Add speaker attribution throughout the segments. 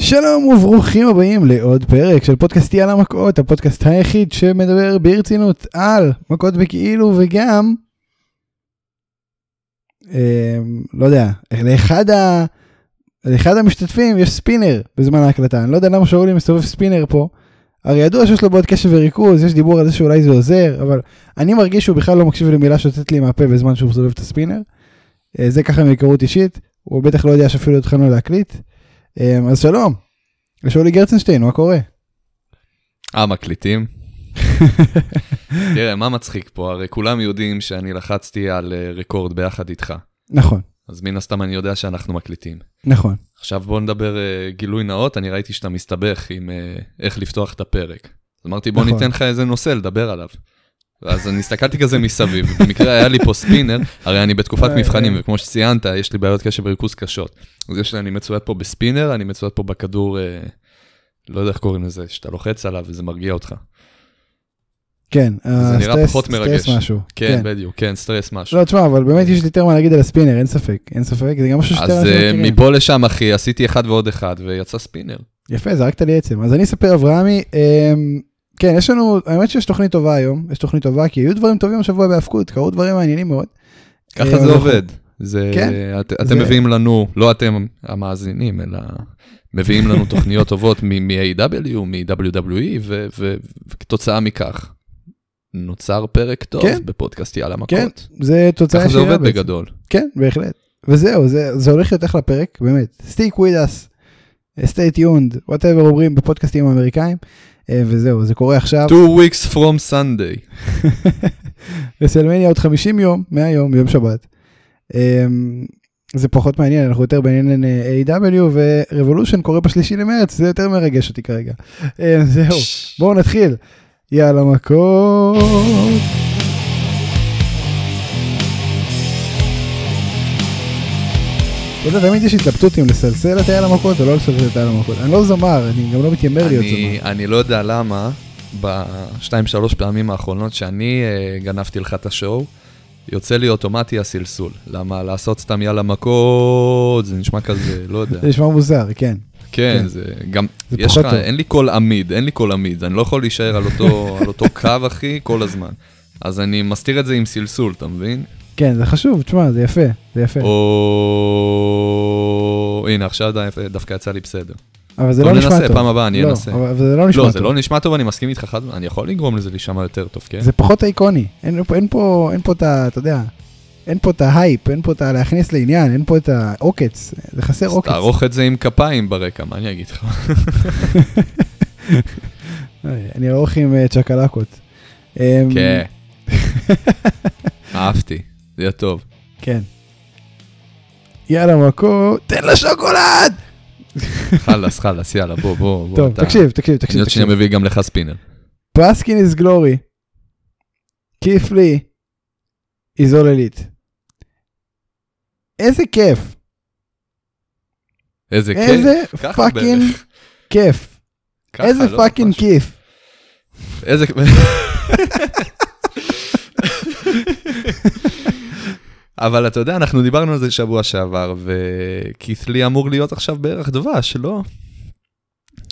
Speaker 1: שלום וברוכים הבאים לעוד פרק של פודקאסטי על המכות, הפודקאסט היחיד שמדבר ברצינות על מכות בכאילו וגם, אה, לא יודע, לאחד, ה, לאחד המשתתפים יש ספינר בזמן ההקלטה, אני לא יודע למה שאולי מסתובב ספינר פה. הרי ידוע שיש לו בעוד קשב וריכוז, יש דיבור על זה שאולי זה עוזר, אבל אני מרגיש שהוא בכלל לא מקשיב למילה שיוצאת לי מהפה בזמן שהוא מסובב את הספינר. אה, זה ככה מהיכרות אישית, הוא בטח לא יודע שאפילו התחלנו להקליט. אמ, אז שלום, לשאולי גרצנשטיין, מה קורה?
Speaker 2: אה, מקליטים? תראה, מה מצחיק פה? הרי כולם יודעים שאני לחצתי על אה, רקורד ביחד איתך,
Speaker 1: נכון,
Speaker 2: אז מן הסתם אני יודע שאנחנו מקליטים.
Speaker 1: נכון.
Speaker 2: עכשיו בוא נדבר אה, גילוי נאות, אני ראיתי שאתה מסתבך עם אה, איך לפתוח את הפרק. אז אמרתי, בוא
Speaker 1: נכון.
Speaker 2: ניתן לך איזה נושא לדבר עליו. אז אני הסתכלתי כזה מסביב, במקרה היה לי פה ספינר, הרי אני בתקופת
Speaker 1: אה,
Speaker 2: מבחנים,
Speaker 1: אה.
Speaker 2: וכמו שציינת, יש לי בעיות קשב וריכוז קשות. אז יש לי, אני מצויד פה בספינר, אני מצויד פה בכדור, אה, לא יודע איך קוראים לזה, שאתה לוחץ עליו וזה מרגיע אותך.
Speaker 1: כן,
Speaker 2: זה נראה
Speaker 1: הסטרס-
Speaker 2: פחות מרגש.
Speaker 1: סטרס משהו.
Speaker 2: כן, בדיוק, כן, סטרס משהו.
Speaker 1: לא, תשמע, אבל באמת יש לי יותר מה להגיד על הספינר, אין ספק, אין ספק, זה גם משהו שאתה...
Speaker 2: אז אה, מפה לשם, אחי, עשיתי אחד ועוד אחד, ויצא ספינר.
Speaker 1: יפה, זרקת לי עצם. אז אני אספר אברהמי, אמ, כן, יש לנו, האמת שיש תוכנית טובה היום, יש תוכנית טובה, כי היו דברים טובים השבוע בהאבקות, קרו דברים מעניינים מאוד.
Speaker 2: ככה
Speaker 1: אה,
Speaker 2: זה
Speaker 1: אנחנו-
Speaker 2: עובד. זה,
Speaker 1: כן,
Speaker 2: את,
Speaker 1: זה-
Speaker 2: אתם מביאים לנו, לא אתם המאזינים, אלא מביאים לנו תוכניות טובות מ- מ-AW, מ-WWE, E, ו- ו- וכתוצאה מכך, נוצר פרק טוב
Speaker 1: כן.
Speaker 2: בפודקאסט יאללה מכות.
Speaker 1: כן, זה תוצאה
Speaker 2: ככה זה
Speaker 1: ישירה
Speaker 2: עובד
Speaker 1: בעצם.
Speaker 2: בגדול.
Speaker 1: כן, בהחלט. וזהו, זה, זה הולך להיות אחלה פרק, באמת. סטיק וויד אס, סטייט יונד, וואטאבר אומרים בפודקאסטים האמריקאים, אה, וזהו, זה קורה עכשיו.
Speaker 2: Two weeks from Sunday.
Speaker 1: לסלמניה עוד 50 יום, 100 יום, יום שבת. אה, זה פחות מעניין, אנחנו יותר בעניין אה, A.W. ורבולושן קורה בשלישי למרץ, זה יותר מרגש אותי כרגע. אה, זהו, בואו נתחיל. יאללה מכות. אתה לא יודע, תמיד יש התלבטות אם לסלסל את היאללה מכות או לא לסלסל את היאללה מכות. אני לא זמר, אני גם לא מתיימר להיות זמר.
Speaker 2: אני, אני לא יודע למה, בשתיים שלוש פעמים האחרונות שאני אה, גנבתי לך את השואו, יוצא לי אוטומטי הסלסול. למה לעשות סתם יאללה מכות, זה נשמע כזה, לא יודע.
Speaker 1: זה נשמע מוזר, כן. כן.
Speaker 2: כן, זה גם,
Speaker 1: זה
Speaker 2: יש
Speaker 1: פחות
Speaker 2: לך,
Speaker 1: טוב.
Speaker 2: אין לי קול עמיד, אין לי קול עמיד, אני לא יכול להישאר על אותו, על אותו קו, אחי, כל הזמן. אז אני מסתיר את זה עם סלסול, אתה מבין?
Speaker 1: כן, זה חשוב, תשמע, זה יפה, זה יפה.
Speaker 2: או... הנה, עכשיו דו- דווקא יצא לי בסדר.
Speaker 1: אבל זה
Speaker 2: בוא
Speaker 1: לא נשמע טוב.
Speaker 2: ננסה, פעם הבאה אני
Speaker 1: לא,
Speaker 2: אנסה.
Speaker 1: אבל אבל זה לא נשמע
Speaker 2: לא,
Speaker 1: טוב.
Speaker 2: זה לא נשמע טוב, אני מסכים איתך חד, אני יכול לגרום לזה להישמע יותר טוב, כן?
Speaker 1: זה פחות איקוני, אין פה, אין פה, אין פה את ה... אתה יודע, אין פה את ההייפ, אין פה את הלהכניס לעניין, אין פה את העוקץ, זה חסר
Speaker 2: אז
Speaker 1: עוקץ.
Speaker 2: תערוך את זה עם כפיים ברקע, מה אני אגיד לך?
Speaker 1: אה, אני ארוך עם אה, צ'קלקות. אה,
Speaker 2: כן. אהבתי, זה יהיה טוב.
Speaker 1: כן. יאללה מקו, תן לה שוקולד!
Speaker 2: חלאס, חלאס, יאללה, בוא, בוא, בוא.
Speaker 1: טוב,
Speaker 2: אתה-
Speaker 1: תקשיב, תקשיב,
Speaker 2: אני
Speaker 1: תקשיב.
Speaker 2: עוד שנייה מביא גם לך ספינר.
Speaker 1: פסקין is glory. כיף לי. is all elite. איזה כיף,
Speaker 2: איזה כיף.
Speaker 1: איזה
Speaker 2: ככה
Speaker 1: פאקינג
Speaker 2: בערך.
Speaker 1: כיף,
Speaker 2: ככה,
Speaker 1: איזה
Speaker 2: לא,
Speaker 1: פאקינג
Speaker 2: משהו.
Speaker 1: כיף.
Speaker 2: איזה... אבל אתה יודע, אנחנו דיברנו על זה שבוע שעבר, וכית'לי אמור להיות עכשיו בערך דבש, לא?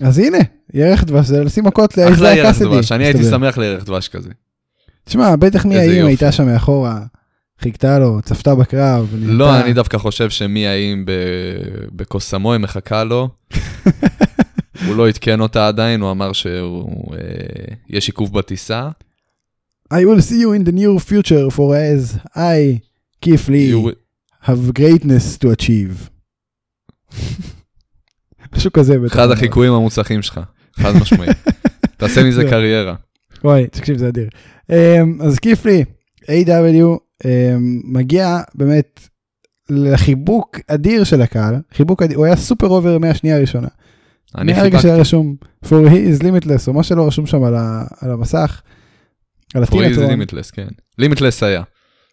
Speaker 1: אז הנה, ירח דבש זה לשים מכות
Speaker 2: אחלה
Speaker 1: לאיזיה
Speaker 2: ירח
Speaker 1: קאסדי.
Speaker 2: דבש, אני הייתי
Speaker 1: מסתבר.
Speaker 2: שמח לירח דבש כזה.
Speaker 1: תשמע, בטח מי
Speaker 2: איזה
Speaker 1: האם
Speaker 2: יופי.
Speaker 1: הייתה שם מאחורה, חיכתה לו, צפתה בקרב.
Speaker 2: לא,
Speaker 1: נהנתה.
Speaker 2: אני דווקא חושב שמי האם ב- בקוסמוי מחכה לו. הוא לא עדכן אותה עדיין, הוא אמר שהוא... אה, יש עיכוב בטיסה.
Speaker 1: I will see you in the near future for as I, כיף לי,
Speaker 2: You-
Speaker 1: have greatness to achieve. משהו כזה בטח.
Speaker 2: אחד החיקויים המוצלחים שלך, חד משמעי. תעשה מזה
Speaker 1: זהו.
Speaker 2: קריירה.
Speaker 1: וואי, תקשיב, זה אדיר. Um, אז כיף לי, A.W. Um, מגיע באמת לחיבוק אדיר של הקהל, חיבוק אדיר, הוא היה סופר אובר מהשנייה הראשונה.
Speaker 2: אני
Speaker 1: מהרגע
Speaker 2: חיבקתי.
Speaker 1: שהיה רשום for he is limitless או מה שלא רשום שם על, ה, על המסך. על
Speaker 2: פורי זה
Speaker 1: הטינטרון.
Speaker 2: לימיטלס, כן. לימיטלס היה.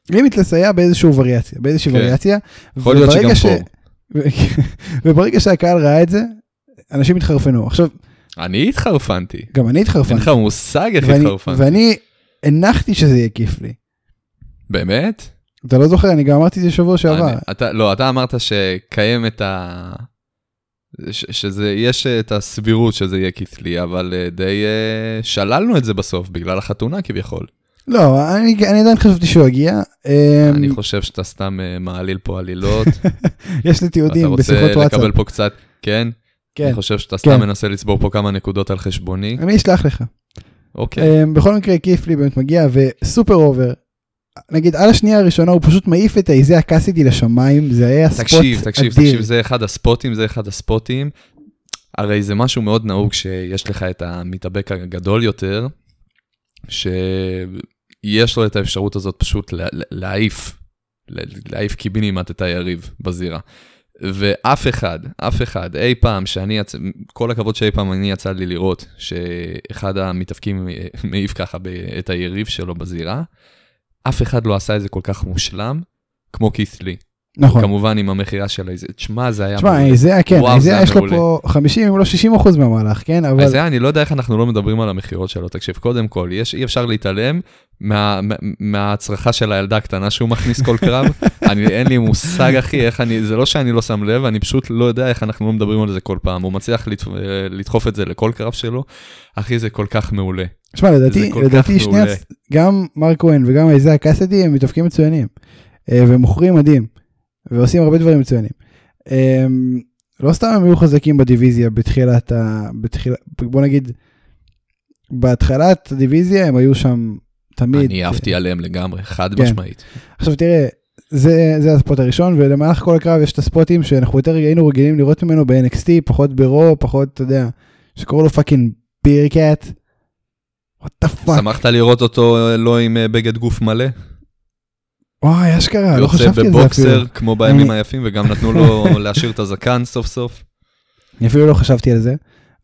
Speaker 1: לימיטלס היה באיזשהו וריאציה, באיזושהי
Speaker 2: כן.
Speaker 1: וריאציה.
Speaker 2: יכול להיות
Speaker 1: וברגע
Speaker 2: שגם
Speaker 1: ש-
Speaker 2: פור.
Speaker 1: וברגע שהקהל ראה את זה, אנשים התחרפנו. עכשיו,
Speaker 2: אני התחרפנתי.
Speaker 1: גם אני
Speaker 2: אין
Speaker 1: התחרפנתי.
Speaker 2: לך מושג איך
Speaker 1: ואני-
Speaker 2: התחרפנתי.
Speaker 1: ואני הנחתי שזה יהיה כיף לי.
Speaker 2: באמת?
Speaker 1: אתה לא זוכר, אני גם אמרתי את זה שבוע שעבר.
Speaker 2: אני- אתה- לא, אתה אמרת שקיימת ה... ש- שזה, יש אה, את הסבירות שזה יהיה כתלי, אבל אה, די אה, שללנו את זה בסוף, בגלל החתונה כביכול.
Speaker 1: לא, אני, אני עדיין חשבתי שהוא יגיע. אמ,
Speaker 2: אני חושב שאתה סתם אה, מעליל פה עלילות,
Speaker 1: יש לי
Speaker 2: אתה
Speaker 1: תיעודים
Speaker 2: רוצה
Speaker 1: בשיחות וואטסאפ.
Speaker 2: לקבל פה קצת, כן?
Speaker 1: כן,
Speaker 2: אני חושב שאתה סתם
Speaker 1: כן.
Speaker 2: מנסה לצבור פה כמה נקודות על חשבוני.
Speaker 1: אני אשלח לך.
Speaker 2: אוקיי,
Speaker 1: כן. בכל מקרה כיפלי באמת מגיע וסופר אובר. נגיד על השנייה הראשונה הוא פשוט מעיף את האיזיה קאסידי לשמיים זה היה ספוט
Speaker 2: תקשיב, תקשיב,
Speaker 1: אדיר.
Speaker 2: תקשיב, זה אחד הספוטים, זה אחד הספוטים. הרי זה משהו מאוד נהוג שיש לך את המתאבק הגדול יותר, שיש לו את האפשרות הזאת פשוט לה- לה- להעיף, לה- להעיף קיבינימט את היריב בזירה. ואף אחד, אף אחד, אי פעם שאני, יצ... כל הכבוד שאי פעם אני יצא לי לראות שאחד המתאבקים אה, מעיף ככה ב... את היריב שלו בזירה, אף אחד לא עשה את זה כל כך מושלם כמו כית' לי.
Speaker 1: נכון.
Speaker 2: כמובן עם המכירה של איזה, תשמע זה היה,
Speaker 1: תשמע
Speaker 2: מעולה.
Speaker 1: האיזיה כן
Speaker 2: וואו, זה
Speaker 1: האיזיה
Speaker 2: היה
Speaker 1: יש לו
Speaker 2: מעולה.
Speaker 1: פה 50 אם לא 60 אחוז מהמהלך כן אבל
Speaker 2: אז זה היה, אני לא יודע איך אנחנו לא מדברים על המכירות שלו, תקשיב, קודם כל, יש, אי אפשר להתעלם מה, מה, מהצרכה של הילדה הקטנה שהוא מכניס כל קרב, אני, אין לי מושג אחי, איך אני, זה לא שאני לא שם לב, אני פשוט לא יודע איך אנחנו לא מדברים על זה כל פעם, הוא מצליח לדח, לדחוף את זה לכל קרב שלו, אחי זה כל כך מעולה.
Speaker 1: תשמע לדעתי
Speaker 2: כל
Speaker 1: לדעתי
Speaker 2: כך
Speaker 1: שני
Speaker 2: מעולה.
Speaker 1: הצ... גם מרק כהן וגם האיזיה קאסידי הם מתאבקים מצוינים אה, ומוכרים מדהים ועושים הרבה דברים מצוינים. אה, לא סתם הם היו חזקים בדיוויזיה בתחילת ה... בתחיל... בוא נגיד בהתחלת הדיוויזיה הם היו שם תמיד.
Speaker 2: אני עפתי עליהם לגמרי, חד
Speaker 1: כן.
Speaker 2: משמעית.
Speaker 1: עכשיו תראה, זה, זה הספוט הראשון, ולמהלך כל הקרב יש את הספוטים שאנחנו יותר היינו רגילים לראות ממנו ב-NXT, פחות ברו, פחות, אתה יודע, שקוראים לו פאקינג בירקט. וואט דה פאק.
Speaker 2: שמחת לראות אותו אה, לא עם אה, בגד גוף מלא?
Speaker 1: וואי, אשכרה, לא
Speaker 2: יוצא
Speaker 1: חשבתי על זה אפילו.
Speaker 2: בבוקסר כמו בימים
Speaker 1: אני-
Speaker 2: היפים, וגם נתנו לו להשאיר את הזקן סוף סוף.
Speaker 1: אני אפילו לא חשבתי על זה,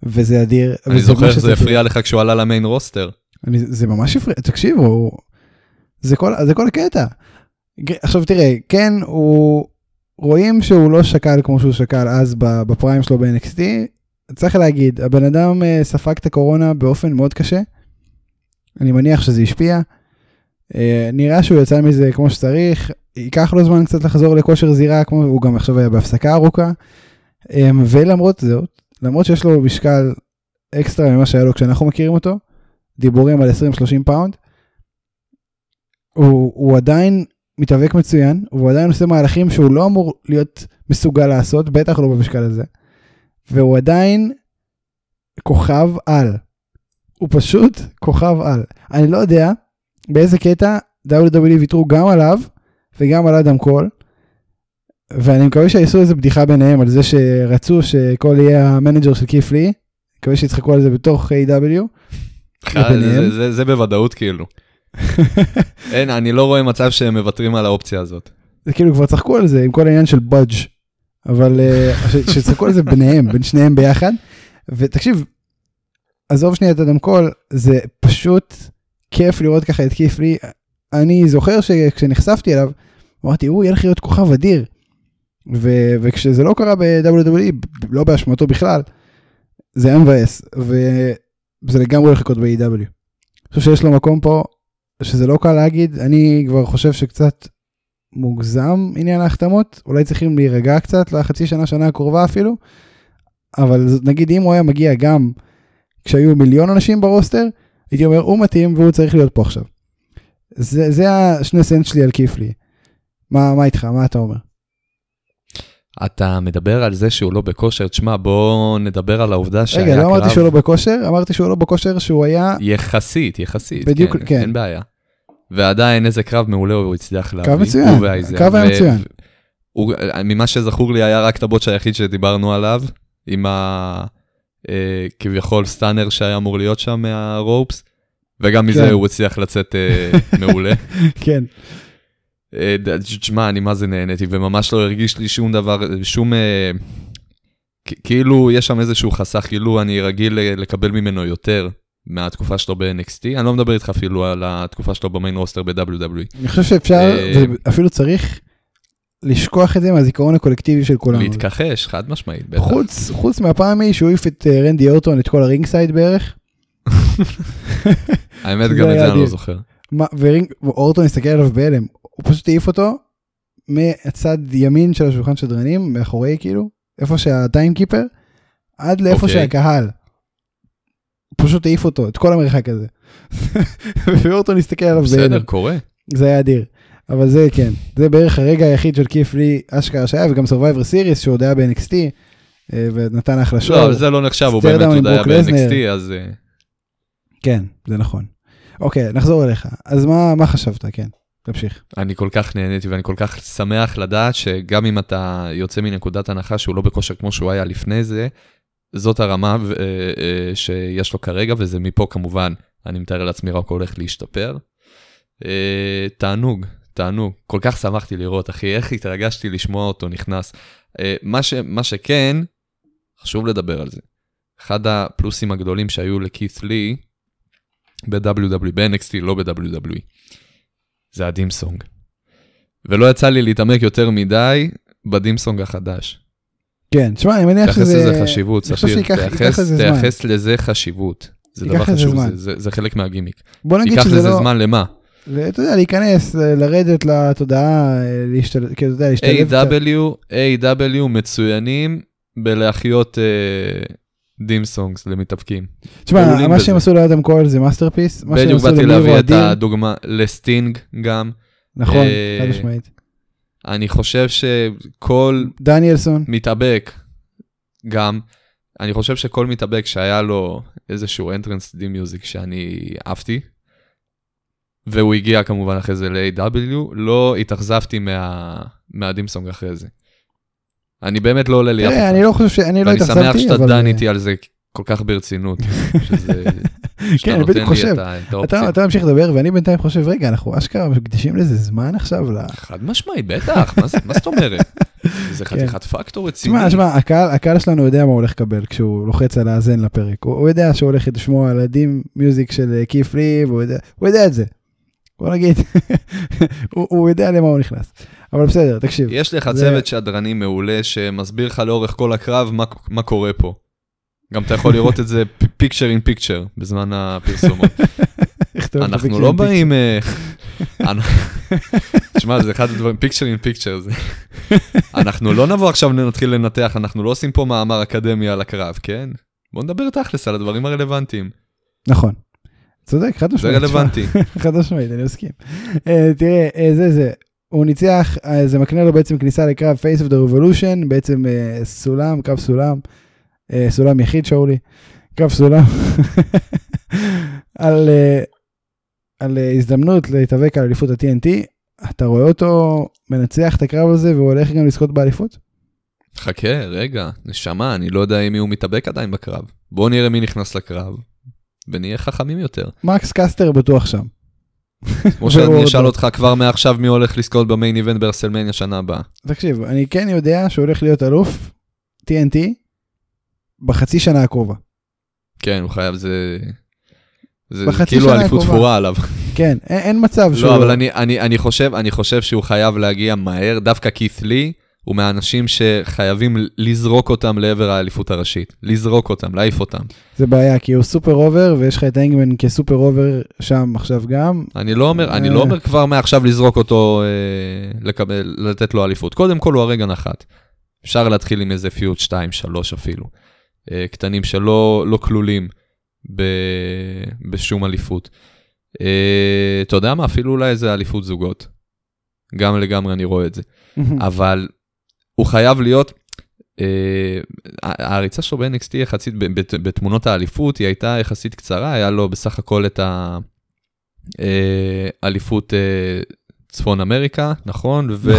Speaker 1: וזה אדיר.
Speaker 2: אני
Speaker 1: וזה
Speaker 2: זוכר
Speaker 1: ממש
Speaker 2: שזה
Speaker 1: אדיר.
Speaker 2: הפריע לך כשהוא עלה למיין רוסטר.
Speaker 1: אני, זה ממש הפריע, תקשיבו, הוא... זה, כל, זה כל הקטע. ג- עכשיו תראה, כן, הוא... רואים שהוא לא שקל כמו שהוא שקל אז ב- בפריים שלו ב-NXT. צריך להגיד, הבן אדם אה, ספג את הקורונה באופן מאוד קשה. אני מניח שזה השפיע. אה, נראה שהוא יצא מזה כמו שצריך. ייקח לו זמן קצת לחזור לכושר זירה, כמו הוא גם עכשיו היה בהפסקה ארוכה. אה, ולמרות זאת, למרות שיש לו משקל אקסטרה ממה שהיה לו כשאנחנו מכירים אותו, דיבורים על 20-30 פאונד. הוא, הוא עדיין מתאבק מצוין, והוא עדיין עושה מהלכים שהוא לא אמור להיות מסוגל לעשות, בטח לא במשקל הזה. והוא עדיין כוכב על. הוא פשוט כוכב על. אני לא יודע באיזה קטע WWE ויתרו גם עליו וגם על אדם קול. ואני מקווה שיעשו איזה בדיחה ביניהם על זה שרצו שקול יהיה המנג'ר של כיף לי. מקווה שיצחקו על זה בתוך A.W. לביניהם?
Speaker 2: זה- זה- זה בוודאות כאילו. אין, אני לא רואה מצב שהם מוותרים על האופציה הזאת.
Speaker 1: זה כאילו כבר צחקו על זה עם כל העניין של בודג' אבל אה, ש- שצחקו על זה ביניהם בין שניהם ביחד ותקשיב עזוב שנייה את אדם קול זה פשוט כיף לראות ככה את כיף לי אני זוכר שכשנחשפתי אליו אמרתי הוא ילך להיות כוכב אדיר ו- וכשזה לא קרה ב-WWE ב- לא באשמתו בכלל זה היה מבאס וזה לגמרי הולך לקרות ב-EW. אני חושב שיש לו מקום פה שזה לא קל להגיד אני כבר חושב שקצת מוגזם עניין ההחתמות, אולי צריכים להירגע קצת לחצי שנה, שנה הקרובה אפילו, אבל זאת- נגיד אם הוא היה מגיע גם כשהיו מיליון אנשים ברוסטר, הייתי אומר הוא מתאים והוא צריך להיות פה עכשיו. זה, זה השני סנט שלי על כיפלי. מה, מה איתך? מה אתה אומר?
Speaker 2: אתה מדבר על זה שהוא לא בכושר, תשמע, בוא נדבר על העובדה שהיה קרב...
Speaker 1: רגע, לא אמרתי שהוא לא בכושר, אמרתי שהוא לא בכושר שהוא היה
Speaker 2: יחסית, יחסית.
Speaker 1: בדיוק,
Speaker 2: כן.
Speaker 1: כן.
Speaker 2: אין בעיה. ועדיין איזה קרב מעולה הוא הצליח להביא.
Speaker 1: מצוין,
Speaker 2: הוא והאיזיה.
Speaker 1: קרב היה
Speaker 2: ו-
Speaker 1: מצוין.
Speaker 2: הוא- ממה שזכור לי היה רק את הבוטש היחיד שדיברנו עליו, עם ה... אה, כביכול סטאנר שהיה אמור להיות שם מהרופס, וגם
Speaker 1: כן.
Speaker 2: מזה הוא הצליח לצאת אה, מעולה.
Speaker 1: כן,
Speaker 2: אה, ד- תשמע, אני מה זה נהניתי, וממש לא הרגיש לי שום דבר, שום... אה, כ- כאילו יש שם איזשהו חסך, כאילו אני רגיל ל- לקבל ממנו יותר מהתקופה שלו ב-NXT, אני לא מדבר איתך אפילו על התקופה שלו במיין רוסטר E. ב-WWE.
Speaker 1: אני חושב שאפשר
Speaker 2: אה,
Speaker 1: ואפילו צריך לשכוח את זה מהזיכרון הקולקטיבי של כולנו.
Speaker 2: להתכחש, חד משמעית, בטח.
Speaker 1: חוץ, חוץ מהפעם ההיא שהוא העיף את אה, רנדי אורטון את כל הרינגסייד בערך,
Speaker 2: האמת,
Speaker 1: זה
Speaker 2: גם את
Speaker 1: היה
Speaker 2: זה אני
Speaker 1: אדיר.
Speaker 2: לא זוכר.
Speaker 1: מה- ורינג- ואורטון הסתכל עליו בהלם, הוא פשוט העיף אותו מהצד ימין של השולחן שדרנים, מאחורי כאילו, איפה שהטיימקיפר, עד לאיפה
Speaker 2: אוקיי.
Speaker 1: שהקהל. פשוט העיף אותו, את כל המרחק הזה. ואורטון הסתכל עליו
Speaker 2: בסדר, קורה.
Speaker 1: זה היה אדיר. אבל זה כן, זה בערך הרגע היחיד של כיף לי אשכרה שהיה, וגם סורווייבר סיריס שעוד היה ב-NXT, אה, ונתן אחלה שואו.
Speaker 2: לא, אבל זה לא נחשב, הוא
Speaker 1: סטרדאון
Speaker 2: באמת
Speaker 1: עם
Speaker 2: עוד היה
Speaker 1: ברוק לזנר.
Speaker 2: ב-NXT, אז... אה,
Speaker 1: כן, זה נכון. אוקיי, נחזור אליך. אז מה, מה חשבת? כן, תמשיך.
Speaker 2: אני כל כך נהניתי ואני כל כך שמח לדעת שגם אם אתה יוצא מנקודת הנחה שהוא לא בכושר כמו שהוא היה לפני זה, זאת הרמה ו- אה, אה, שיש לו כרגע, וזה מפה כמובן, אני מתאר לעצמי רק הולך להשתפר. אה, תענוג, תענוג. כל כך שמחתי לראות, אחי, איך התרגשתי לשמוע אותו נכנס. אה, מה, ש- מה שכן, חשוב לדבר על זה. אחד הפלוסים הגדולים שהיו לכית' לי, ב-WWE, ב-NXT, לא ב-WWE. זה הדימסונג. ולא יצא לי להתעמק יותר מדי בדימסונג החדש.
Speaker 1: כן, תשמע, אני מניח
Speaker 2: תייחס
Speaker 1: שזה...
Speaker 2: לזה חשיבות,
Speaker 1: אני חושב
Speaker 2: ספיר,
Speaker 1: שייקח- ייקח
Speaker 2: תייחס-
Speaker 1: לזה זמן.
Speaker 2: תייחס לזה חשיבות. זה
Speaker 1: ייקח
Speaker 2: דבר
Speaker 1: לזה
Speaker 2: חשוב,
Speaker 1: זמן.
Speaker 2: זה- זה- זה חלק מהגימיק.
Speaker 1: בוא נגיד
Speaker 2: ייקח
Speaker 1: שזה
Speaker 2: לזה
Speaker 1: לא...
Speaker 2: זמן למה?
Speaker 1: ל- אתה יודע, להיכנס, ל- לרדת לתודעה, אה, להשתל... כאילו, אתה יודע, להשתלב. קצת.
Speaker 2: A.W. A.W. מצוינים בלהחיות אה, דימסונגס למתאבקים.
Speaker 1: תשמע,
Speaker 2: מעולים
Speaker 1: מה
Speaker 2: בזה.
Speaker 1: שהם עשו לאדם כהן זה מאסטרפיס. מה שהם
Speaker 2: בדיוק
Speaker 1: עשו
Speaker 2: באתי
Speaker 1: למירו
Speaker 2: להביא את
Speaker 1: אדיר,
Speaker 2: הדוגמה לסטינג גם.
Speaker 1: נכון,
Speaker 2: אה,
Speaker 1: חד משמעית.
Speaker 2: אני חושב שכל
Speaker 1: דניאלסון,
Speaker 2: מתאבק גם. אני חושב שכל מתאבק שהיה לו איזשהו entrance D music שאני אהבתי, והוא הגיע כמובן אחרי זה ל-AW, לא התאכזבתי מה... מהדימסונג אחרי זה. אני באמת לא עולה לי אף
Speaker 1: תראה,
Speaker 2: אחד.
Speaker 1: אני לא חושב ש... אני לא
Speaker 2: ואני
Speaker 1: התאכזבתי, אבל... אה,
Speaker 2: שמח שאתה דן איתי על זה כל כך ברצינות, שזה... שאתה
Speaker 1: כן, אני
Speaker 2: נותן
Speaker 1: בדיוק
Speaker 2: לי
Speaker 1: חושב.
Speaker 2: את ה- את
Speaker 1: אתה,
Speaker 2: האופציה.
Speaker 1: אתה ממשיך לדבר ואני בינתיים חושב רגע אנחנו אשכרה מקדישים לזה זמן עכשיו. ל-
Speaker 2: חד משמעי, בטח, מה זה- מה זאת אומרת? זה חתיכת פקטור רציני.
Speaker 1: כן. תשמע, תשמע, הקהל, הקהל שלנו יודע מה הוא הולך לקבל כשהוא לוחץ על האזן לפרק. הוא, הוא יודע שהוא הולך לשמוע על הדים מיוזיק של אה, כיף לי, והוא יודע, הוא יודע את זה. בוא נגיד, הוא, הוא יודע למה הוא נכנס. אבל בסדר, תקשיב.
Speaker 2: יש לך
Speaker 1: זה-
Speaker 2: צוות שדרנים מעולה שמסביר לך לאורך כל הקרב מה, מה קורה פה. גם אתה יכול לראות את זה פיקצ'ר אין פיקצ'ר בזמן הפרסומות.
Speaker 1: יכתוב את
Speaker 2: אנחנו
Speaker 1: הפיקצ'ר
Speaker 2: לא
Speaker 1: עם פיקצ'ר.
Speaker 2: באים... אה, אנ- תשמע, זה אחד הדברים, פיקצ'ר אין פיקצ'ר. אנחנו לא נבוא עכשיו נתחיל לנתח, אנחנו לא עושים פה מאמר אקדמי על הקרב, כן? בוא נדבר תכלס על הדברים הרלוונטיים.
Speaker 1: נכון. צודק, חד
Speaker 2: זה
Speaker 1: משמעית. תשמע,
Speaker 2: רלוונטי.
Speaker 1: חד משמעית, אני מסכים. אה, תראה, אה, זה זה. הוא ניצח, אה, זה מקנה לו בעצם כניסה לקרב Face of the Revolution, בעצם אה, סולם, קרב סולם, אה, סולם יחיד שאולי, קרב סולם, על, אה, על אה, הזדמנות להתאבק על אליפות ה-TNT. אתה רואה אותו מנצח את הקרב הזה והוא הולך גם לזכות באליפות?
Speaker 2: חכה, רגע, נשמה, אני לא יודע עם מי הוא מתאבק עדיין בקרב. בואו נראה מי נכנס לקרב, ונהיה חכמים יותר.
Speaker 1: מקס קסטר בטוח שם.
Speaker 2: כמו שאני
Speaker 1: ועוד.
Speaker 2: אשאל אותך כבר מעכשיו מי הולך לזכות במיין איבנט ברסלמניה שנה הבאה.
Speaker 1: תקשיב, אני כן יודע שהוא הולך להיות אלוף TNT בחצי שנה הקרובה.
Speaker 2: כן, הוא חייב, זה... זה
Speaker 1: בחצי
Speaker 2: כאילו
Speaker 1: שנה
Speaker 2: אליפות
Speaker 1: הקרובה.
Speaker 2: תפורה עליו.
Speaker 1: כן, אין, אין מצב שהוא...
Speaker 2: לא, אבל אני, אני, אני, חושב, אני חושב שהוא חייב להגיע מהר, דווקא כית' לי הוא מהאנשים שחייבים לזרוק אותם לעבר האליפות הראשית. לזרוק אותם, להעיף אותם.
Speaker 1: זה בעיה, כי הוא סופר אובר, ויש לך את הנגמן כסופר אובר שם עכשיו גם.
Speaker 2: אני לא אומר, אני
Speaker 1: אה.
Speaker 2: לא אומר כבר מעכשיו לזרוק אותו, אה, לקבל, לתת לו אליפות. קודם כל הוא הרגע נחת. אפשר להתחיל עם איזה פיוט 2-3 אפילו. אה, קטנים שלא לא כלולים ב, בשום אליפות. אה, אתה יודע מה? אפילו אולי איזה אליפות זוגות. גם לגמרי אני רואה את זה. אבל הוא חייב להיות, אה, העריצה שלו ב-NXT יחסית, ב- בת- בתמונות האליפות, היא הייתה יחסית קצרה, היה לו בסך הכל את האליפות אה, צפון אמריקה, נכון?
Speaker 1: נכון.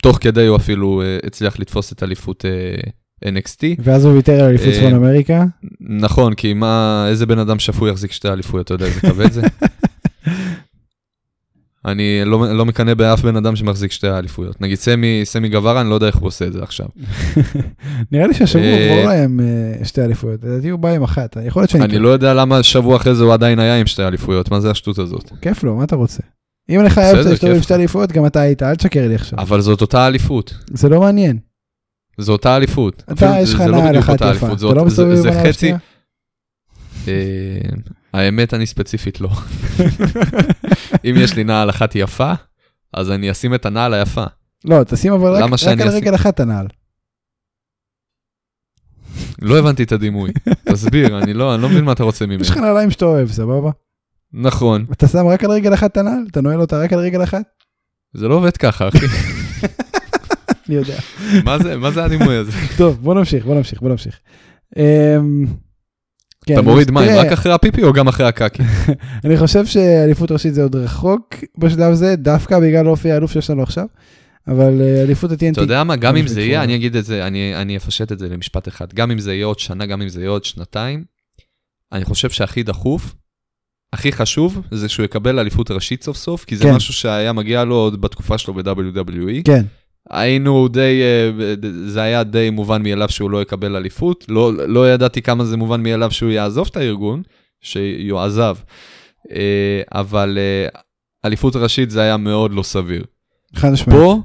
Speaker 2: ותוך כדי הוא אפילו אה, הצליח לתפוס את אליפות אה, NXT.
Speaker 1: ואז הוא ויתר על אליפות
Speaker 2: אה,
Speaker 1: צפון אמריקה.
Speaker 2: נכון, כי מה, איזה בן אדם שפוי יחזיק שתי אליפויות, אתה יודע איזה כבד זה? אני לא, לא מקנא באף בן אדם שמחזיק שתי האליפויות. נגיד סמי, סמי גווארה, אני לא יודע איך הוא עושה את זה עכשיו.
Speaker 1: נראה לי שהשבוע הוא
Speaker 2: אה,
Speaker 1: כבר לא היה עם אה, שתי אליפויות, לדעתי הוא בא עם אחת, יכול להיות שאני...
Speaker 2: אני לא יודע למה שבוע אחרי זה הוא עדיין היה עם שתי אליפויות, מה זה השטות הזאת?
Speaker 1: כיף לו, מה אתה רוצה? אם לך היה
Speaker 2: בסדר,
Speaker 1: אופציה להסתובב
Speaker 2: כיף
Speaker 1: עם שתי
Speaker 2: לך.
Speaker 1: אליפויות, גם אתה היית, אל תשקר לי עכשיו.
Speaker 2: אבל זאת אותה אליפות,
Speaker 1: זה לא מעניין.
Speaker 2: זו אותה אליפות.
Speaker 1: אתה,
Speaker 2: אפילו
Speaker 1: יש
Speaker 2: זה-
Speaker 1: לך
Speaker 2: זה לא
Speaker 1: נעל
Speaker 2: בדיוק
Speaker 1: אחת
Speaker 2: אותה
Speaker 1: יפה,
Speaker 2: אליפות,
Speaker 1: אתה
Speaker 2: זאת-
Speaker 1: לא
Speaker 2: זה-
Speaker 1: מסתובב עם
Speaker 2: זה
Speaker 1: הנעל
Speaker 2: חצי-
Speaker 1: השנייה?
Speaker 2: אה, האמת, אני ספציפית לא. אם יש לי נעל אחת יפה, אז אני אשים את הנעל היפה.
Speaker 1: לא, תשים אבל רק
Speaker 2: למה
Speaker 1: רק
Speaker 2: שאני
Speaker 1: על
Speaker 2: אשים-
Speaker 1: רגל אחת הנעל.
Speaker 2: לא הבנתי את הדימוי. תסביר, אני לא אני לא מבין מה אתה רוצה ממני.
Speaker 1: יש לך נעליים שאתה אוהב, סבבה?
Speaker 2: נכון,
Speaker 1: אתה שם רק על רגל אחת את הנעל? אתה נועל אותה רק על רגל אחת?
Speaker 2: זה לא עובד ככה, אחי.
Speaker 1: אני יודע.
Speaker 2: מה זה- מה זה הדימוי הזה?
Speaker 1: טוב, בוא נמשיך, בוא נמשיך, בוא נמשיך. אמ, כן,
Speaker 2: אתה
Speaker 1: אני
Speaker 2: מוריד
Speaker 1: חושב-
Speaker 2: מים
Speaker 1: תראה,
Speaker 2: רק אחרי הפיפי או גם אחרי הקקי?
Speaker 1: אני חושב שאליפות ראשית זה עוד רחוק בשלב זה, דווקא בגלל אופי האלוף שיש לנו עכשיו, אבל אה, אליפות
Speaker 2: אתה
Speaker 1: ה-TNT,
Speaker 2: יודע מה, גם
Speaker 1: אני
Speaker 2: אם זה
Speaker 1: בצורה-
Speaker 2: יהיה, אני אגיד את זה, אני, אני אפשט את זה למשפט אחד. גם אם זה יהיה עוד שנה, גם אם זה יהיה עוד שנתיים, אני חושב שהכי דחוף, הכי חשוב, זה שהוא יקבל אליפות ראשית סוף סוף, כי זה
Speaker 1: כן.
Speaker 2: משהו שהיה מגיע לו עוד בתקופה שלו E. ב-WWE.
Speaker 1: כן,
Speaker 2: היינו די, אה, זה היה די מובן מאליו שהוא לא יקבל אליפות. לא, לא ידעתי כמה זה מובן מאליו שהוא יעזוב את הארגון, שיועזב. אה, אבל אה, אליפות ראשית זה היה מאוד לא סביר.
Speaker 1: חד משמעית.
Speaker 2: פה,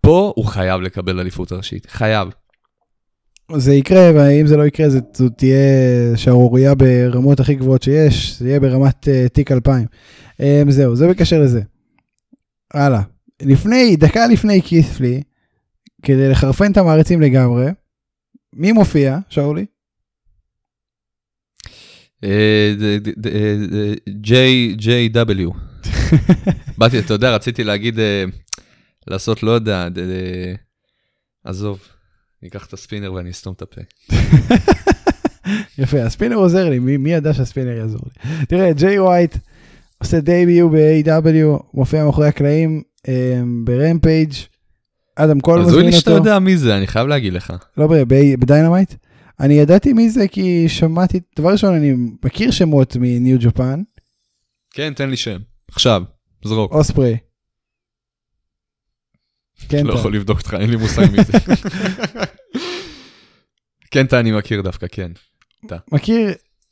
Speaker 2: פה הוא חייב לקבל אליפות ראשית, חייב.
Speaker 1: זה יקרה, ואם זה לא יקרה, זה- זו תהיה שערורייה ברמות הכי גבוהות שיש, זה יהיה ברמת אה, תיק 2000. אה, זהו, זה בקשר לזה. הלאה. לפני, דקה לפני כיסלי, כדי לחרפן את המעריצים לגמרי, מי מופיע, שאולי?
Speaker 2: אה, ד- ד- ד- אה, ד- J- JW. באתי, אתה יודע, רציתי להגיד, אה, לעשות, לא יודע, ד- ד- עזוב, אני אקח את הספינר ואני אסתום את הפה.
Speaker 1: יפה, הספינר עוזר לי, מי, מי ידע שהספינר יעזור לי? תראה, ג'יי ווייט עושה דייביו ב-AW, E מופיע מאחורי הקלעים אה, ברמפייג', אדם קול
Speaker 2: הזוי
Speaker 1: מזמין
Speaker 2: לי שאתה
Speaker 1: אותו.
Speaker 2: יודע מי זה, אני חייב להגיד לך.
Speaker 1: לא, ב- ב- בדיינמייט. אני ידעתי מי זה כי שמעתי, דבר ראשון, אני מכיר שמות מניו ג'פן,
Speaker 2: כן, תן לי שם. עכשיו, זרוק.
Speaker 1: אוספרי. כן,
Speaker 2: לא
Speaker 1: אתה.
Speaker 2: יכול לבדוק אותך, אין לי מושג מי זה. כן, אתה אני מכיר דווקא, כן.
Speaker 1: מכיר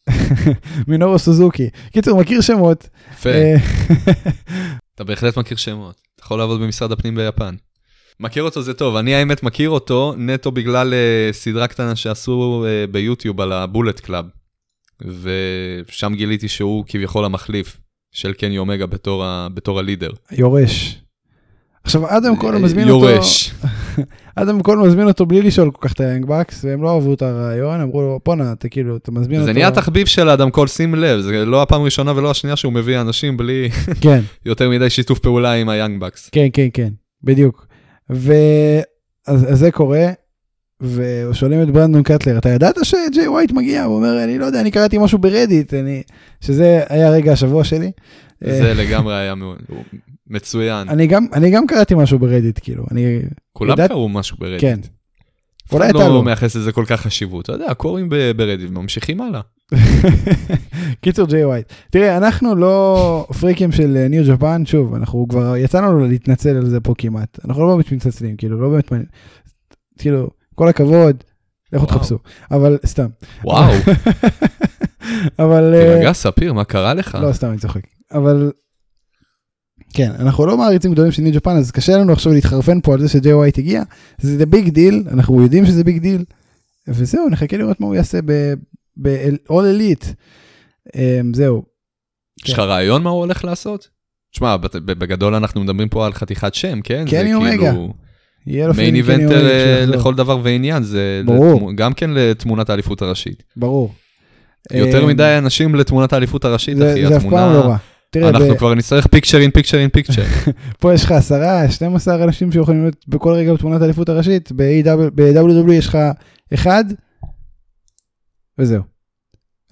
Speaker 1: מינורו סוזוקי. קיצור, מכיר שמות.
Speaker 2: יפה.
Speaker 1: אה,
Speaker 2: אתה בהחלט מכיר שמות. אתה יכול לעבוד במשרד הפנים ביפן. מכיר אותו זה טוב, אני האמת מכיר אותו נטו בגלל uh, סדרה קטנה שעשו uh, ביוטיוב על הבולט קלאב. ושם גיליתי שהוא כביכול המחליף של קני אומגה בתור, ה, בתור הלידר. אה,
Speaker 1: יורש. עכשיו, אדם קול מזמין אותו...
Speaker 2: יורש.
Speaker 1: אדם קול מזמין אותו בלי לשאול כל כך את היאנג בקס, והם לא אהבו את הרעיון, אמרו לו, בואנה, אתה כאילו, אתה מזמין אותו...
Speaker 2: זה נהיה תחביב של האדם כל שים לב, זה לא הפעם הראשונה ולא השנייה שהוא מביא אנשים בלי
Speaker 1: כן.
Speaker 2: יותר מדי שיתוף פעולה עם היאנג בקס.
Speaker 1: כן, כן, כן, בדיוק. ואז אז זה קורה, ושואלים את ברנדון קטלר, אתה ידעת שג'יי ווייט מגיע? הוא אומר, אני לא יודע, אני קראתי משהו ברדיט, אני... שזה היה רגע השבוע שלי. אה,
Speaker 2: זה לגמרי היה מאוד- הוא מצוין.
Speaker 1: אני גם, אני גם קראתי משהו ברדיט, כאילו, אני...
Speaker 2: כולם
Speaker 1: ידעת-
Speaker 2: קראו משהו ברדיט.
Speaker 1: כן. אולי
Speaker 2: אולי
Speaker 1: אתה
Speaker 2: לא
Speaker 1: לא.
Speaker 2: מייחס לזה כל כך חשיבות, אתה יודע, קוראים ב- ברדיט וממשיכים הלאה.
Speaker 1: אה. קיצור, ג'יי ווייט. תראה, אנחנו לא פריקים של אה, ניו ג'פן, שוב, אנחנו כבר, יצא לנו להתנצל על זה פה כמעט. אנחנו לא באמת מתנצלים, כאילו, לא באמת מעניין. כאילו, כל הכבוד, לכו
Speaker 2: וואו.
Speaker 1: תחפשו. אבל סתם.
Speaker 2: וואו,
Speaker 1: אבל... אה,
Speaker 2: תירגע ספיר, מה קרה לך?
Speaker 1: לא, סתם אני צוחק. אבל... כן, אנחנו לא מעריצים גדולים של ניו ג'פן, אז קשה לנו עכשיו להתחרפן פה על זה שג'יי ווייט הגיע. זה דה ביג דיל, אנחנו יודעים שזה ביג דיל. וזהו, נחכה לראות מה הוא יעשה ב-all elite. אמ, זהו.
Speaker 2: יש
Speaker 1: כן.
Speaker 2: לך רעיון מה הוא הולך לעשות? תשמע, בת- בגדול אנחנו מדברים פה על חתיכת שם, כן?
Speaker 1: קני אומגה. יהיה לו
Speaker 2: מיין
Speaker 1: פיינג, כן,
Speaker 2: איבנטר
Speaker 1: יורד,
Speaker 2: אה,
Speaker 1: שיחזור.
Speaker 2: לכל דבר ועניין, זה
Speaker 1: ברור.
Speaker 2: לתמו- גם כן לתמונת האליפות הראשית.
Speaker 1: ברור.
Speaker 2: יותר
Speaker 1: אמ,
Speaker 2: מדי אנשים לתמונת האליפות הראשית,
Speaker 1: זה-
Speaker 2: אחי,
Speaker 1: זה אף פעם לא רע.
Speaker 2: התמונה...
Speaker 1: תראה,
Speaker 2: אנחנו
Speaker 1: ב-
Speaker 2: כבר נצטרך פיקצ'ר אין פיקצ'ר אין פיקצ'ר.
Speaker 1: פה יש לך 10, 12 אנשים שיכולים להיות בכל רגע בתמונת האליפות הראשית, ב-WW יש לך אחד, וזהו.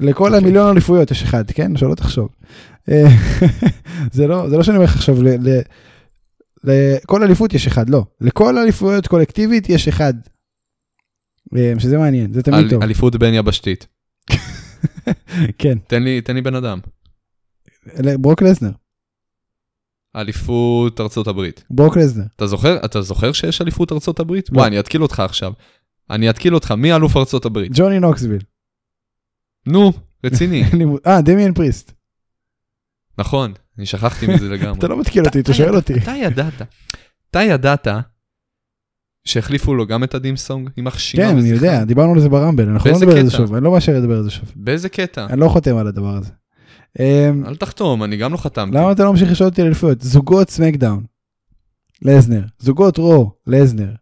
Speaker 1: לכל
Speaker 2: אוקיי.
Speaker 1: המיליון אליפויות יש אחד, כן? שלא תחשוב. אה, זה לא זה לא שאני אומר לך עכשיו, ל- ל- לכל אליפות יש אחד, לא. לכל אליפויות קולקטיבית יש אחד. אה, שזה מעניין, זה תמיד טוב.
Speaker 2: אליפות בין יבשתית.
Speaker 1: כן,
Speaker 2: תן לי- תן לי בן אדם.
Speaker 1: אלה- ברוק לזנר,
Speaker 2: אליפות ארצות הברית.
Speaker 1: ברוק לזנר.
Speaker 2: אתה זוכר, אתה זוכר שיש אליפות ארצות הברית?
Speaker 1: לא.
Speaker 2: וואי, אני אתקיל אותך עכשיו. אני אתקיל אותך, מי אלוף ארצות הברית?
Speaker 1: ג'וני נוקסוויל.
Speaker 2: נו, רציני.
Speaker 1: אין לי מ- אה, דמיאן פריסט.
Speaker 2: נכון, אני שכחתי מזה לגמרי.
Speaker 1: אתה לא מתקיל אותי, אתה
Speaker 2: אתה
Speaker 1: שואל
Speaker 2: ידעת-
Speaker 1: אותי.
Speaker 2: אתה ידעת. אתה ידעת שהחליפו לו גם את הדימסונג, יימח שינו.
Speaker 1: כן, אני יודע, דיברנו על זה ברמבל, אנחנו לא
Speaker 2: באיזה
Speaker 1: נדבר על זה
Speaker 2: קטע?
Speaker 1: שוב, אני לא מאשר לדבר על זה שוב.
Speaker 2: באיזה קטע?
Speaker 1: אני לא חותם על הדבר הזה. אמ,
Speaker 2: אל תחתום, אני גם לא חתמתי.
Speaker 1: למה אתה לא ממשיך לשאול אותי על אליפויות? זוגות סמקדאון, לזנר, זוגות רו, לזנר,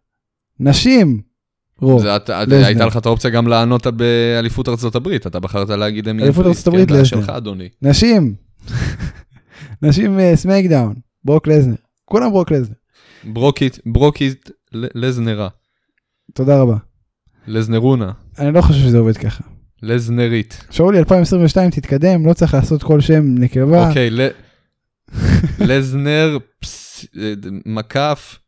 Speaker 1: נשים, רוב.
Speaker 2: זה, אתה,
Speaker 1: לזנר.
Speaker 2: הייתה לך את האופציה גם לענות על באליפות ארצות הברית, אתה בחרת להגיד למיין
Speaker 1: אליפות
Speaker 2: פריסט,
Speaker 1: ארצות הברית,
Speaker 2: כן, בעיה
Speaker 1: לזנר.
Speaker 2: שלך, אדוני.
Speaker 1: נשים, נשים אה, סמקדאון, ברוק לזנר, כולם ברוק לזנר,
Speaker 2: ברוקית, ברוקית ל- לזנרה,
Speaker 1: תודה רבה.
Speaker 2: לזנרונה,
Speaker 1: אני לא חושב שזה עובד ככה.
Speaker 2: לזנרית.
Speaker 1: שאולי 2022 תתקדם, לא צריך לעשות כל שם נקבה.
Speaker 2: אוקיי, ל... לזנר, פס... אה, מקף,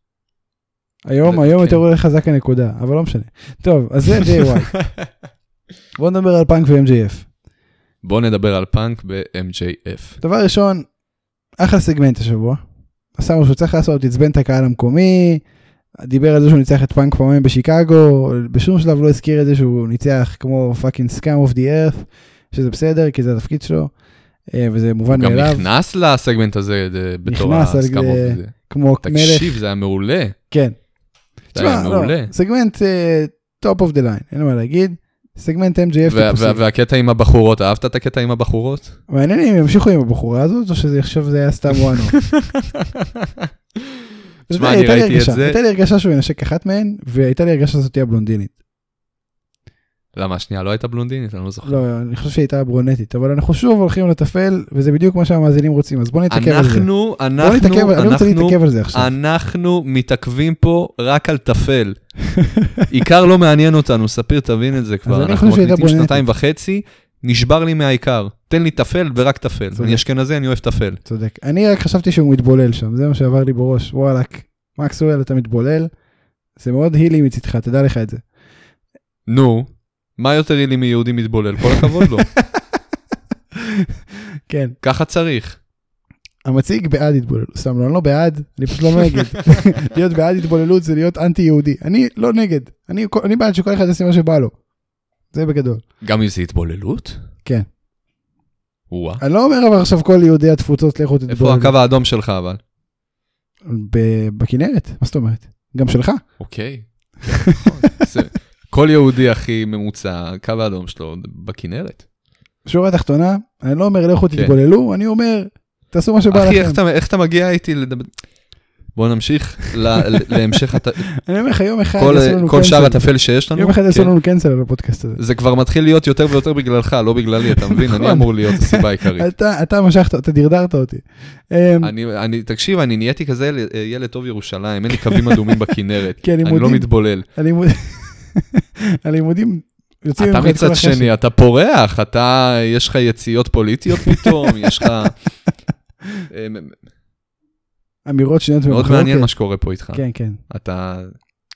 Speaker 1: היום,
Speaker 2: זה-
Speaker 1: היום
Speaker 2: כן.
Speaker 1: יותר הולך חזק הנקודה, אבל לא משנה. טוב, אז זה JY. בואו נדבר על פאנק ו-MJF.
Speaker 2: בוא נדבר על פאנק ב-MJF.
Speaker 1: דבר ראשון, אחלה סגמנט השבוע. עשה מה שהוא צריך לעשות, עצבן את הקהל המקומי, דיבר על זה שהוא ניצח את פאנק פעמיים בשיקגו, בשום שלב לא הזכיר את זה שהוא ניצח כמו פאקינג סקאם אוף די ארת, שזה בסדר, כי זה התפקיד שלו, אה, וזה מובן
Speaker 2: גם
Speaker 1: מאליו,
Speaker 2: נכנס לסגמנט הזה אה, בתור
Speaker 1: נכנס על
Speaker 2: הסכמות.
Speaker 1: זה-
Speaker 2: הזה.
Speaker 1: כמו מלך,
Speaker 2: תקשיב, זה היה מעולה.
Speaker 1: כן. לא,
Speaker 2: זה היה מעולה.
Speaker 1: סגמנט אה, טופ אוף דה ליין, אין לו מה להגיד, סגמנט MJF
Speaker 2: וה-
Speaker 1: טיפוסי.
Speaker 2: וה- והקטע עם הבחורות, אהבת את הקטע עם הבחורות?
Speaker 1: מעניין אם הם ימשיכו עם הבחורה הזאת, או שזה עכשיו זה היה סתם וואנו.
Speaker 2: תשמע, אני
Speaker 1: הייתה לי
Speaker 2: ראיתי את
Speaker 1: הרגשה-
Speaker 2: זה.
Speaker 1: הייתה לי הרגשה שהוא ינשק אחת מהן, והייתה לי הרגשה שזאת תהיה בלונדינית.
Speaker 2: למה, שנייה, לא הייתה בלונדינית? אני לא זוכר.
Speaker 1: לא, אני חושב שהיא הייתה ברונטית, אבל אנחנו שוב הולכים לטפל, וזה בדיוק מה שהמאזינים רוצים, אז בוא נתעכב על זה.
Speaker 2: אנחנו,
Speaker 1: בוא
Speaker 2: אנחנו,
Speaker 1: נתעכב, אני לא רוצה
Speaker 2: אנחנו,
Speaker 1: להתעכב על זה עכשיו.
Speaker 2: אנחנו מתעכבים פה רק על טפל. עיקר לא מעניין אותנו, ספיר תבין את זה כבר.
Speaker 1: אני
Speaker 2: אנחנו
Speaker 1: חושב שהיא
Speaker 2: מקליטים
Speaker 1: הייתה
Speaker 2: שנתיים וחצי, נשבר לי מהעיקר. תן לי טפל ורק טפל.
Speaker 1: צודק.
Speaker 2: אני אשכנזי, אני אוהב טפל.
Speaker 1: צודק. אני רק חשבתי שהוא מתבולל שם, זה מה שעבר לי בראש. וואלאק, מקסואל אתה מתבולל, זה מאוד הילי מצידך, תדע לך את זה.
Speaker 2: נו, מה יותר יעילי מיהודי מתבולל? כל הכבוד לו.
Speaker 1: כן.
Speaker 2: ככה צריך.
Speaker 1: המציג בעד התבוללות, סתם לא, אני לא בעד, אני פשוט לא נגד. להיות בעד התבוללות זה להיות אנטי יהודי. אני לא נגד, אני, אני בעד שכל אחד יעשה מה שבא לו. זה בגדול.
Speaker 2: גם אם זה התבוללות?
Speaker 1: כן.
Speaker 2: וואה.
Speaker 1: אני לא אומר אבל עכשיו כל יהודי התפוצות לכו תתבוללו.
Speaker 2: איפה הקו האדום שלך אבל?
Speaker 1: ב- בכנרת, מה זאת אומרת? גם שלך.
Speaker 2: אוקיי. כן, נכון. זה- כל יהודי הכי ממוצע, הקו האדום שלו בכנרת.
Speaker 1: שורה תחתונה, אני לא אומר לכו
Speaker 2: כן.
Speaker 1: תתבוללו, אני אומר, תעשו מה שבא
Speaker 2: אחי, איך
Speaker 1: לכם.
Speaker 2: אתה- איך אתה מגיע איתי לדבר? בוא נמשיך ל- ל- להמשך הת-
Speaker 1: אני אומר לך, יום אחד
Speaker 2: כל-
Speaker 1: יעשו לנו
Speaker 2: כל שאר
Speaker 1: cancel.
Speaker 2: הטפל שיש לנו.
Speaker 1: יום אחד יעשו
Speaker 2: כן.
Speaker 1: לנו קנסל על הפודקאסט הזה.
Speaker 2: זה כבר מתחיל להיות יותר ויותר בגללך, לא בגללי, אתה מבין?
Speaker 1: נכון.
Speaker 2: אני אמור להיות הסיבה העיקרית.
Speaker 1: אתה- אתה משכת, אתה דרדרת אותי. אמ,
Speaker 2: אני, אני, תקשיב, אני נהייתי כזה ילד- ילד טוב ירושלים, אין לי קווים אדומים בכנרת,
Speaker 1: כי
Speaker 2: אני לא
Speaker 1: הלימודים
Speaker 2: מתבולל.
Speaker 1: הלימוד- הלימודים יוצאים
Speaker 2: אתה
Speaker 1: ממך את כל
Speaker 2: מצד
Speaker 1: החשק.
Speaker 2: שני, אתה פורח, אתה, יש לך יציאות פוליטיות פתאום, יש לך... אה, מ-
Speaker 1: אמירות שניות
Speaker 2: מאוד
Speaker 1: במחלוקת.
Speaker 2: מעניין מה שקורה פה איתך.
Speaker 1: כן, כן.
Speaker 2: אתה,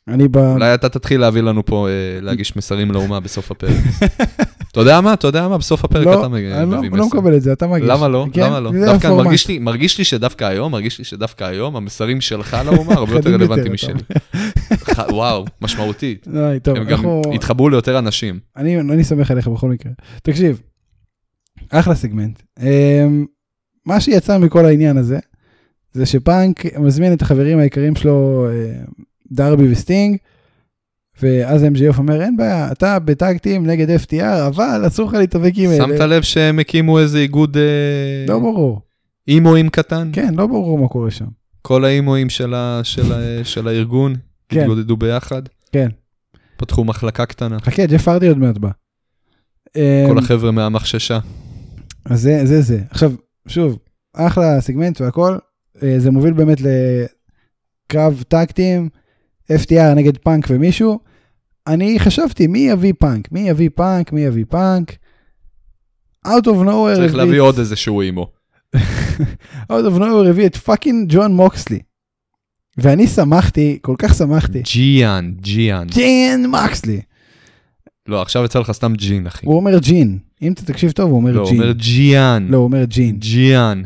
Speaker 1: אני ב...
Speaker 2: אולי אתה תתחיל להביא לנו פה, אה, להגיש מסרים לאומה בסוף הפרק. אתה יודע מה? אתה יודע מה? בסוף הפרק
Speaker 1: לא,
Speaker 2: אתה מג-
Speaker 1: אני לא-
Speaker 2: מביא
Speaker 1: לא
Speaker 2: מסר.
Speaker 1: מקבל את זה, אתה מרגיש.
Speaker 2: למה לא?
Speaker 1: כן,
Speaker 2: למה לא?
Speaker 1: זה
Speaker 2: דווקא
Speaker 1: הפורמט.
Speaker 2: מרגיש לי, מרגיש לי שדווקא היום, מרגיש לי שדווקא היום, המסרים שלך לאומה הרבה יותר
Speaker 1: חדים יותר,
Speaker 2: רלוונטיים
Speaker 1: אתה
Speaker 2: משלי. ח- וואו, משמעותית.
Speaker 1: אוי, טוב,
Speaker 2: הם גם
Speaker 1: אנחנו...
Speaker 2: התחברו ליותר אנשים.
Speaker 1: אני אני סומך עליך בכל מקרה. תקשיב, אחלה סגמנט. אמ, מה שיצא מכל העניין הזה, זה שפאנק מזמין את החברים היקרים שלו, אה, דרבי וסטינג, ואז MJF אומר, אין בעיה, אתה בטאג טים נגד FTR, אבל אסור לך להתאבק עם אלה.
Speaker 2: שמת לב שהם הקימו איזה איגוד אה,
Speaker 1: לא ברור.
Speaker 2: אימואים קטן?
Speaker 1: כן, לא ברור מה קורה שם.
Speaker 2: כל האימואים של ה- של ה- של הארגון
Speaker 1: כן.
Speaker 2: התגודדו ביחד,
Speaker 1: כן.
Speaker 2: פתחו מחלקה קטנה.
Speaker 1: חכה, ג'ף הרדי עוד מעט בא. אמ, אה,
Speaker 2: כל החבר'ה מהמחששה.
Speaker 1: אז זה זה זה. עכשיו, שוב, אחלה סגמנט והכל, אה, זה מוביל באמת לקרב טקטים, FTR נגד פאנק ומישהו. אני חשבתי, מי יביא פאנק? מי יביא פאנק? מי יביא פאנק? Out of nowhere
Speaker 2: צריך
Speaker 1: הביא-
Speaker 2: להביא עוד איזשהו אימו.
Speaker 1: Out of nowhere הביא את פאקינג ג'ון מוקסלי. ואני שמחתי, כל כך שמחתי.
Speaker 2: ג'יאן, ג'יאן.
Speaker 1: ג'ין מוקסלי.
Speaker 2: לא, עכשיו יצא לך סתם ג'ין, אחי.
Speaker 1: הוא אומר ג'ין. אם אתה תקשיב טוב, הוא
Speaker 2: לא,
Speaker 1: אומר
Speaker 2: הוא
Speaker 1: ג'ין.
Speaker 2: אומר ג'יאן.
Speaker 1: לא, הוא אומר ג'ין. נכון.
Speaker 2: ג'יאן.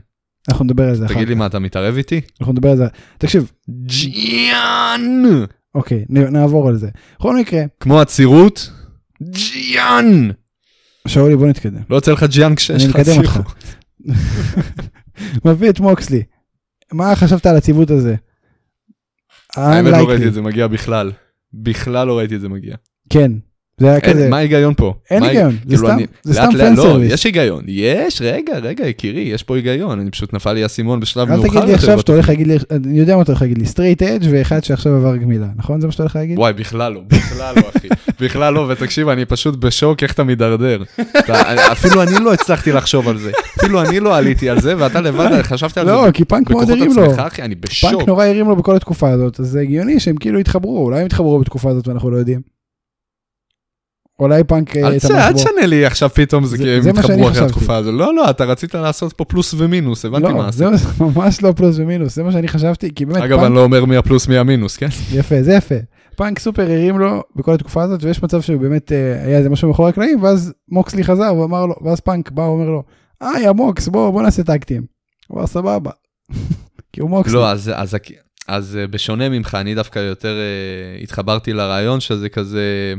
Speaker 1: אנחנו נדבר על זה אחר
Speaker 2: תגיד לי מה, אתה מתערב איתי?
Speaker 1: אנחנו נדבר על זה. תקשיב,
Speaker 2: ג'יאן!
Speaker 1: אוקיי, נ- נעבור על זה. בכל מקרה,
Speaker 2: כמו עצירות? ג'יאן!
Speaker 1: שאולי בוא נתקדם.
Speaker 2: לא יוצא לך ג'יאן כשיש
Speaker 1: אני
Speaker 2: לך
Speaker 1: מקדם
Speaker 2: עצירות.
Speaker 1: אותך. מביא את מוקסלי. מה חשבת על הציוות הזה?
Speaker 2: האמת לא ראיתי
Speaker 1: Unlikely.
Speaker 2: את זה מגיע בכלל. בכלל לא ראיתי את זה מגיע.
Speaker 1: כן. זה היה
Speaker 2: אין,
Speaker 1: כזה,
Speaker 2: מה ההיגיון פה?
Speaker 1: אין
Speaker 2: מה-
Speaker 1: היגיון, זה
Speaker 2: כאילו,
Speaker 1: סתם-
Speaker 2: אני-
Speaker 1: זה
Speaker 2: לאט
Speaker 1: סתם
Speaker 2: לאט- לא,
Speaker 1: פנסרוויס.
Speaker 2: יש היגיון, יש, רגע, רגע, יקירי, יש פה היגיון, אני פשוט נפל לי האסימון בשלב מאוחר
Speaker 1: אל
Speaker 2: יותר.
Speaker 1: תגיד לי עכשיו
Speaker 2: בת-
Speaker 1: שאתה הולך להגיד לי, אני יודע מה אתה הולך להגיד לי, סטרייט אדג' ואחד שעכשיו עבר גמילה, נכון? זה מה שאתה הולך להגיד?
Speaker 2: וואי, בכלל לא, בכלל לא, אחי. בכלל לא, ותקשיב, אני פשוט בשוק איך אתה מידרדר. אתה- אני- אפילו אני לא הצלחתי לחשוב על זה. אפילו אני לא עליתי על זה, ואתה לבד חשבת על זה.
Speaker 1: לא, כי פאנק מאוד
Speaker 2: בכוחות
Speaker 1: הרים לו.
Speaker 2: עצמך, אחי, אני בשוק.
Speaker 1: פאנק נורא הרים לו בכל התקופה הזאת, אז זה הגיוני שהם כאילו התחברו, אולי הם התחברו בתקופה הזאת ואנחנו לא יודעים. אולי פאנק אה,
Speaker 2: אל
Speaker 1: תמך
Speaker 2: ת- אל
Speaker 1: בו.
Speaker 2: תשנה לי עכשיו פתאום, זה
Speaker 1: זה-
Speaker 2: כי הם
Speaker 1: זה מה שאני
Speaker 2: התחברו אחרי
Speaker 1: חשבתי.
Speaker 2: התקופה הזו. לא, לא, אתה רצית לעשות פה פלוס ומינוס, הבנתי מה
Speaker 1: לא, זה
Speaker 2: עשית.
Speaker 1: ממש לא פלוס ומינוס, זה מה שאני חשבתי, כי באמת
Speaker 2: אגב,
Speaker 1: פאנק
Speaker 2: אני לא אומר מי הפלוס מי המינוס, כן?
Speaker 1: יפה, זה יפה. פאנק סופר הרים לו בכל התקופה הזאת, ויש מצב שהוא באמת אה, היה איזה משהו מאחורי הקלעים, ואז מוקסלי חזר ואמר לו, ואז פאנק בא ואומר לו, היי המוקס, בוא, בוא נעשה טקטים. הוא אמר, סבבה. כי הוא מוקסלי.
Speaker 2: לא, אז, אז, הכ- אז אה, בשונה ממך, אני דווקא יותר אה, התחברתי לרעיון שזה כזה,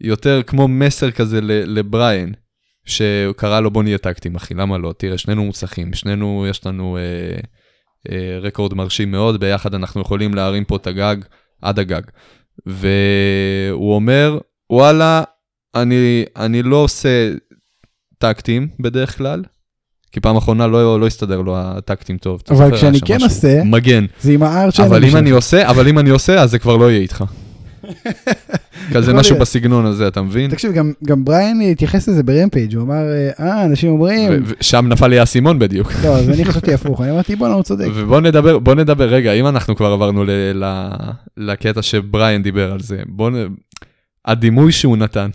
Speaker 2: יותר כמו מסר כזה ל- לבריין, שהוא קרא לו בוא נהיה טקטים, אחי, למה לא? תראה, שנינו מוצלחים, שנינו, יש לנו אה, אה, רקורד מרשים מאוד, ביחד אנחנו יכולים להרים פה את הגג, עד הגג. והוא אומר, וואלה, אני, אני לא עושה טקטים בדרך כלל. כי פעם אחרונה לא, לא הסתדר לו הטקטים טוב. אתה
Speaker 1: אבל
Speaker 2: זוכר, היה
Speaker 1: כשאני
Speaker 2: שם
Speaker 1: כן
Speaker 2: משהו.
Speaker 1: עושה- כן
Speaker 2: מגן.
Speaker 1: זה עם ה-R שלנו.
Speaker 2: אבל אם אני עושה, אבל אם אני עושה, אז זה כבר לא יהיה איתך. כזה
Speaker 1: יכול
Speaker 2: משהו
Speaker 1: להיות.
Speaker 2: בסגנון הזה, אתה מבין?
Speaker 1: תקשיב, גם, גם בריין התייחס לזה ברמפייג', הוא אמר, אה, אנשים אומרים...
Speaker 2: ו- ו- שם נפל לי האסימון בדיוק.
Speaker 1: לא, אז אני חשבתי הפוך, אני אמרתי, בואנה, הוא צודק.
Speaker 2: ובוא נדבר, בוא נדבר, רגע, אם אנחנו כבר עברנו ל- ל- לקטע שבריאן דיבר על זה, בוא נ... הדימוי שהוא נתן,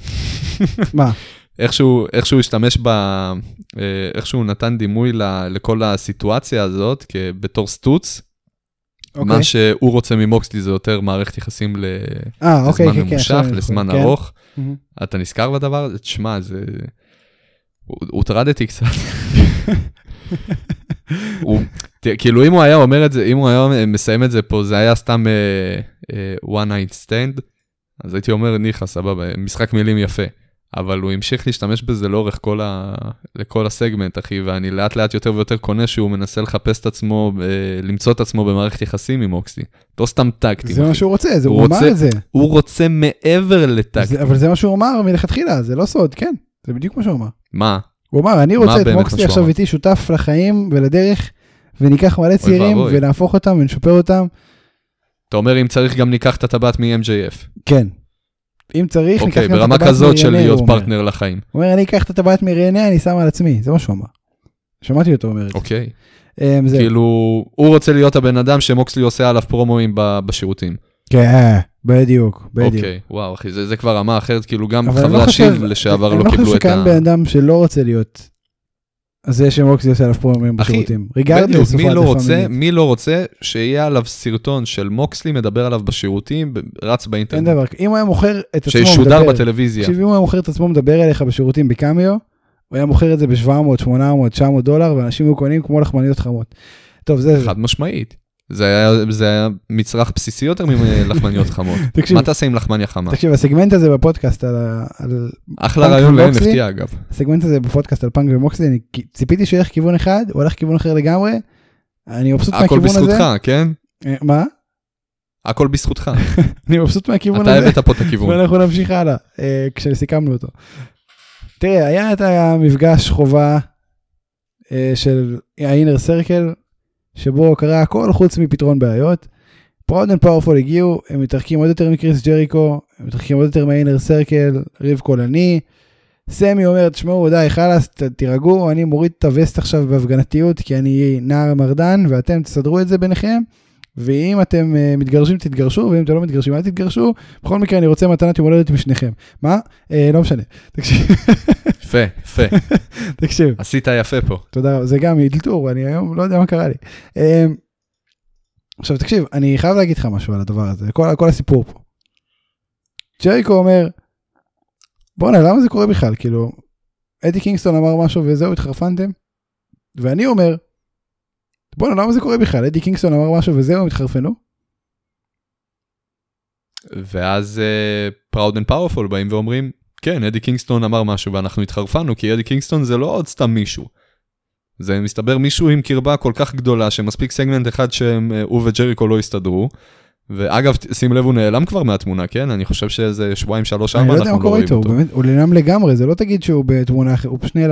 Speaker 1: מה?
Speaker 2: איכשהו, איכשהו השתמש ב... אה, איכשהו נתן דימוי ל- לכל הסיטואציה הזאת, כ- בתור סטוץ,
Speaker 1: אוקיי.
Speaker 2: מה שהוא רוצה ממוקסלי זה יותר מערכת יחסים ל...
Speaker 1: אה, אוקיי,
Speaker 2: לזמן
Speaker 1: כן, כן. עכשיו
Speaker 2: ממושך,
Speaker 1: אני זוכר,
Speaker 2: לזמן
Speaker 1: כן.
Speaker 2: ארוך.
Speaker 1: מהמם.
Speaker 2: אתה נזכר בדבר הזה? תשמע, זה... הוט- הוטרדתי קצת. הוא, ת- כאילו אם הוא היה אומר את זה, אם הוא היה מסיים את זה פה, זה היה סתם אה, אה, one night stand, אז הייתי אומר, ניחא, סבבה, משחק מילים יפה. אבל הוא המשיך להשתמש בזה לאורך כל, ה... לכל הסגמנט, אחי, ואני לאט לאט יותר ויותר קונה שהוא מנסה לחפש את עצמו, אה, למצוא את עצמו במערכת יחסים עם אוקסלי. לא סתם טקטים,
Speaker 1: זה מה
Speaker 2: אחי.
Speaker 1: שהוא רוצה, זה
Speaker 2: הוא
Speaker 1: הוא אמר
Speaker 2: רוצה-
Speaker 1: את זה.
Speaker 2: הוא רוצה מעבר
Speaker 1: זה-
Speaker 2: לטקטים.
Speaker 1: אבל זה מה שהוא אמר מלכתחילה, זה לא סוד, כן. זה בדיוק מה שהוא אמר.
Speaker 2: מה?
Speaker 1: הוא אמר, אני
Speaker 2: מה
Speaker 1: רוצה את
Speaker 2: באמת מה
Speaker 1: מוקסלי
Speaker 2: שהוא
Speaker 1: עכשיו
Speaker 2: אמר?
Speaker 1: איתי שותף לחיים ולדרך, וניקח מלא צעירים
Speaker 2: ואבוי.
Speaker 1: ונהפוך אותם ונשפר אותם.
Speaker 2: אתה אומר אם צריך גם ניקח את הטבעת מ-MJF.
Speaker 1: כן. אם צריך, ניקח גם
Speaker 2: אוקיי,
Speaker 1: את
Speaker 2: ברמה
Speaker 1: הטבעת
Speaker 2: כזאת של
Speaker 1: מ-RNA,
Speaker 2: להיות
Speaker 1: הוא אומר.
Speaker 2: פרטנר לחיים.
Speaker 1: הוא אומר, אני אקח את הטבעת מרעננה, אני שם על עצמי, זה מה שהוא אמר. שמעתי אותו אומר את זה.
Speaker 2: אוקיי.
Speaker 1: אמ, זה.
Speaker 2: כאילו, הוא רוצה להיות הבן אדם שמוקסלי עושה עליו פרומואים ב- בשירותים.
Speaker 1: כן, בדיוק, בדיוק.
Speaker 2: אוקיי, וואו, אחי, זה זה כבר רמה אחרת, כאילו גם
Speaker 1: אבל אני
Speaker 2: חברי
Speaker 1: לא חושב-
Speaker 2: השיב לשעבר
Speaker 1: אני
Speaker 2: לא
Speaker 1: חושב
Speaker 2: קיבלו את
Speaker 1: שקיים
Speaker 2: ה...
Speaker 1: בן אדם שלא רוצה להיות זה שמוקסלי עושה עליו פרומים
Speaker 2: אחי,
Speaker 1: בשירותים.
Speaker 2: בדיוק,
Speaker 1: ריגרדלס,
Speaker 2: מי לא רוצה, מי לא רוצה שיהיה עליו סרטון של מוקסלי מדבר עליו בשירותים, ב- רץ
Speaker 1: אין
Speaker 2: באינטרנט.
Speaker 1: דבר כזה. אם הוא היה מוכר את עצמו,
Speaker 2: שישודר
Speaker 1: מדבר-
Speaker 2: בטלוויזיה.
Speaker 1: תקשיב, אם הוא היה מוכר את עצמו מדבר אליך בשירותים בקמיו, הוא היה מוכר את זה ב-700, 800, 900 דולר, ואנשים היו קונים כמו לחמניות חמות. טוב, זה זה.
Speaker 2: חד משמעית. זה היה- זה היה מצרך בסיסי יותר מלחמניות חמות.
Speaker 1: תקשיב,
Speaker 2: מה תעשה עם לחמניה חמה?
Speaker 1: תקשיב, הסגמנט הזה בפודקאסט על ה- על...
Speaker 2: אחלה
Speaker 1: פאנק
Speaker 2: רעיון
Speaker 1: ומוקסלי?
Speaker 2: ל-NFT אגב.
Speaker 1: הסגמנט הזה בפודקאסט על פאנק ומוקסלי, אני כי- ציפיתי שהוא ילך כיוון אחד, הוא הלך כיוון אחר לגמרי, אני מבסוט
Speaker 2: הכל
Speaker 1: מהכיוון הזה.
Speaker 2: בזכותך, כן?
Speaker 1: אה, מה?
Speaker 2: הכל בזכותך.
Speaker 1: אני מבסוט מהכיוון
Speaker 2: אתה
Speaker 1: הזה.
Speaker 2: הבאת פה את הכיוון.
Speaker 1: ואנחנו נמשיך הלאה, אה, כשסיכמנו אותו. תראה, היה את המפגש חובה אה, של ה-Inner Circle, שבו קרה הכל חוץ מפתרון בעיות. פראוד אנד פאורפול הגיעו, הם מתרחקים עוד יותר מקריס ג'ריקו, הם מתרחקים עוד יותר מהאינר סרקל, ריב קולני. סמי אומר, תשמעו, די, חלאס, ת- תירגעו, אני מוריד את הווסט עכשיו בהפגנתיות, כי אני נער מרדן, ואתם תסדרו את זה ביניכם, ואם אתם אה, מתגרשים, תתגרשו, ואם אתם לא מתגרשים, אל תתגרשו. בכל מקרה, אני רוצה מתנת יום הולדת משניכם. מה? אה, לא משנה. תקשיב,
Speaker 2: יפה, יפה.
Speaker 1: תקשיב.
Speaker 2: עשית יפה פה.
Speaker 1: תודה, רבה. זה גם אלתור, אני היום לא יודע מה קרה לי. אמ, עכשיו תקשיב, אני חייב להגיד לך משהו על הדבר הזה, כל, כל הסיפור פה. ג'ריקו אומר, בואנה, למה זה קורה בכלל? כאילו, אדי קינגסטון אמר משהו וזהו, התחרפנתם? ואני אומר, בואנה, למה זה קורה בכלל? אדי קינגסטון אמר משהו וזהו, הם התחרפנו?
Speaker 2: ואז אה, פראוד אנד פאורפול באים ואומרים, כן, אדי קינגסטון אמר משהו ואנחנו התחרפנו, כי אדי קינגסטון זה לא עוד סתם מישהו. זה אה, מסתבר מישהו עם קרבה כל כך גדולה, שמספיק סגמנט אחד שהוא וג'ריקו לא הסתדרו, ואגב, ת- שים לב, הוא נעלם כבר מהתמונה, כן? אני חושב שאיזה שבועיים, שלוש,
Speaker 1: אני
Speaker 2: ארבע,
Speaker 1: לא יודע
Speaker 2: אנחנו
Speaker 1: מה קורה
Speaker 2: לא רואים
Speaker 1: איתו, הוא
Speaker 2: אותו.
Speaker 1: באמת, הוא נעלם לגמרי, זה לא תגיד שהוא בתמונה אחרת, הוא פשוט נעלם.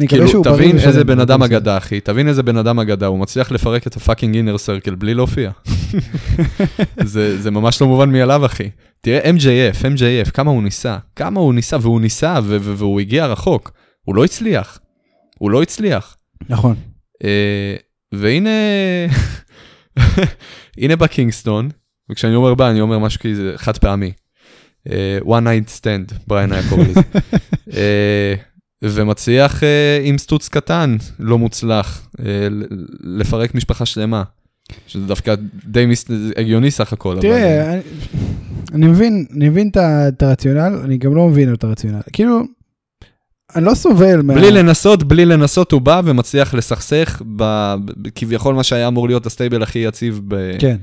Speaker 1: אני מקווה
Speaker 2: כאילו,
Speaker 1: שהוא בריא
Speaker 2: תבין איזה
Speaker 1: ושלם.
Speaker 2: בן אדם אגדה, אחי, תבין איזה בן אדם אגדה, הוא מצליח לפרק את הפאקינג אינר סרקל בלי להופיע. זה זה ממש לא מובן מאליו, אחי. תראה, MJF, MJF, כמה הוא ניסה, כמה הוא ניסה, והוא ניסה, ו- ו- והוא הגיע רחוק. הוא לא הצליח. הוא לא הצליח.
Speaker 1: נכון.
Speaker 2: אה, והנה, הנה בקינגסטון, וכשאני אומר בא, אני אומר משהו כזה חד פעמי. אה, one night stand, בריין היה קורא לזה. אה, ומצליח אה, עם סטוץ קטן, לא מוצלח, אה, ל- לפרק משפחה שלמה. שזה דווקא די מס... הגיוני סך הכל. אבל- אה,
Speaker 1: תראה, אני- אני מבין, אני מבין את ה- את הרציונל, אני גם לא מבין את הרציונל. כאילו, אני לא סובל מה...
Speaker 2: בלי לנסות, בלי לנסות, הוא בא ומצליח לסכסך, ב... ב- כביכול מה שהיה אמור להיות הסטייבל הכי יציב ב...
Speaker 1: כן,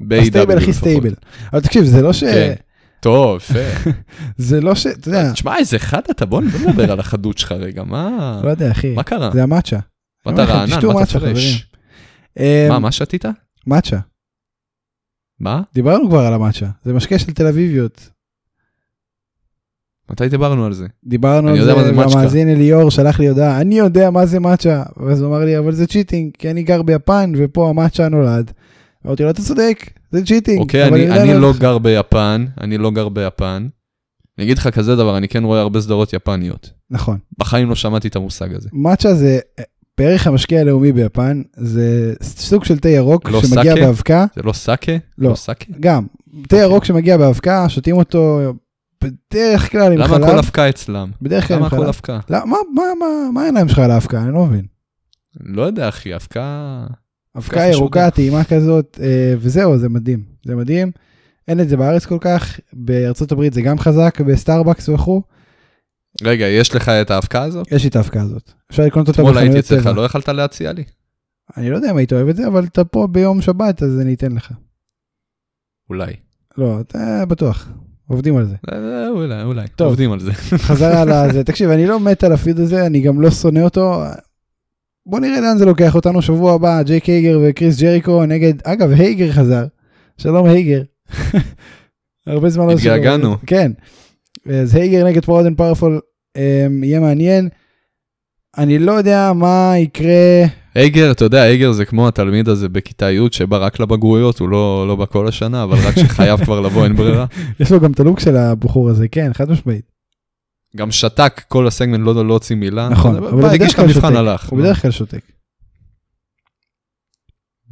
Speaker 2: ב-AW
Speaker 1: הסטייבל הכי
Speaker 2: לפחות.
Speaker 1: סטייבל. אבל תקשיב, זה לא ש...
Speaker 2: כן. טוב, יפה.
Speaker 1: זה לא ש... אתה יודע,
Speaker 2: תשמע, איזה חד אתה, בוא נדבר על החדות שלך רגע, מה
Speaker 1: לא יודע, אחי,
Speaker 2: מה קרה?
Speaker 1: זה לא המאצ'ה.
Speaker 2: מה
Speaker 1: אני
Speaker 2: אתה
Speaker 1: אומר לכם,
Speaker 2: רענן?
Speaker 1: תשתו
Speaker 2: מה אתה
Speaker 1: מאצ'ה,
Speaker 2: פרש?
Speaker 1: אמ,
Speaker 2: מה, מה שתית?
Speaker 1: מאצ'ה.
Speaker 2: מה?
Speaker 1: דיברנו כבר על המאצ'ה, זה משקה של תל אביביות.
Speaker 2: מתי דיברנו על זה?
Speaker 1: אה, דיברנו
Speaker 2: אני
Speaker 1: על
Speaker 2: יודע
Speaker 1: זה,
Speaker 2: מה זה מאצ'קה.
Speaker 1: והמאזין אליאור שלח לי הודעה, אני יודע מה זה מאצ'ה, ואז הוא אמר לי, אבל זה צ'יטינג, כי אני גר ביפן, ופה המאצ'ה נולד. אמרתי לו, אתה צודק, זה צ'יטינג.
Speaker 2: אוקיי,
Speaker 1: אבל
Speaker 2: אני,
Speaker 1: יודע
Speaker 2: אני
Speaker 1: לך."
Speaker 2: לא גר ביפן, אני לא גר ביפן. אני אגיד לך כזה דבר, אני כן רואה הרבה סדרות יפניות.
Speaker 1: נכון.
Speaker 2: בחיים לא שמעתי את המושג הזה.
Speaker 1: מאצ'ה זה אה, בערך המשקה הלאומי ביפן, זה סוג של תה ירוק
Speaker 2: לא
Speaker 1: שמגיע
Speaker 2: סאקה? אוקיי.
Speaker 1: באבקה,
Speaker 2: זה לא סאקה?
Speaker 1: לא.
Speaker 2: לא סאקה?
Speaker 1: גם, תה ירוק שמגיע באבקה, שותים אותו בדרך כלל עם
Speaker 2: למה
Speaker 1: חלב.
Speaker 2: הכל אבקה אצלם?
Speaker 1: בדרך כלל
Speaker 2: למה
Speaker 1: עם
Speaker 2: הכל
Speaker 1: חלב.
Speaker 2: אבקה?
Speaker 1: לא, מה- מה- מה- מה העיניים שלך על האבקה? אני לא מבין.
Speaker 2: לא יודע, אחי, אבקה...
Speaker 1: אבקה
Speaker 2: ככה
Speaker 1: ירוקה,
Speaker 2: שוגע.
Speaker 1: טעימה כזאת, אה, וזהו, זה מדהים, זה מדהים. אין את זה בארץ כל כך, בארצות הברית זה גם חזק, בסטארבקס וכו',
Speaker 2: רגע, יש לך את האבקה הזאת?
Speaker 1: יש לי את האבקה הזאת. אפשר לקנות אותה
Speaker 2: אתמול הייתי
Speaker 1: בחנויות
Speaker 2: אצלך,
Speaker 1: צבע.
Speaker 2: לא יכלת להציע לי?
Speaker 1: אני לא יודע אם היית אוהב את זה, אבל אתה פה ביום שבת, אז אני אתן לך.
Speaker 2: אולי.
Speaker 1: לא, אתה בטוח, עובדים על זה.
Speaker 2: אה, אה, אולי, אולי.
Speaker 1: טוב.
Speaker 2: עובדים על זה.
Speaker 1: חזרה על זה, תקשיב, אני לא מת על הפיוד הזה, אני גם לא שונא אותו. בוא נראה לאן זה לוקח אותנו, שבוע הבא, ג'ייק הייגר וקריס ג'ריקו נגד, אגב, הייגר חזר. שלום הייגר. הרבה זמן לא...
Speaker 2: התגעגענו.
Speaker 1: כן. אז הייגר נגד פרוד אנד פאורפול יהיה מעניין. אני לא יודע מה יקרה,
Speaker 2: אייגר, אתה יודע, אייגר זה כמו התלמיד הזה בכיתה י' שבא רק לבגרויות, הוא לא, לא בא כל השנה, אבל רק שחייב כבר לבוא, אין ברירה.
Speaker 1: יש לו גם את הלוק של הבחור הזה, כן, חד משמעית.
Speaker 2: גם שתק כל הסגמנט, לא, לא הוציא מילה.
Speaker 1: נכון,
Speaker 2: אבל
Speaker 1: אבל הוא
Speaker 2: הגיש
Speaker 1: בדרך
Speaker 2: את
Speaker 1: כלל
Speaker 2: המבחן,
Speaker 1: שותק.
Speaker 2: הלך.
Speaker 1: הוא בדרך כלל שותק.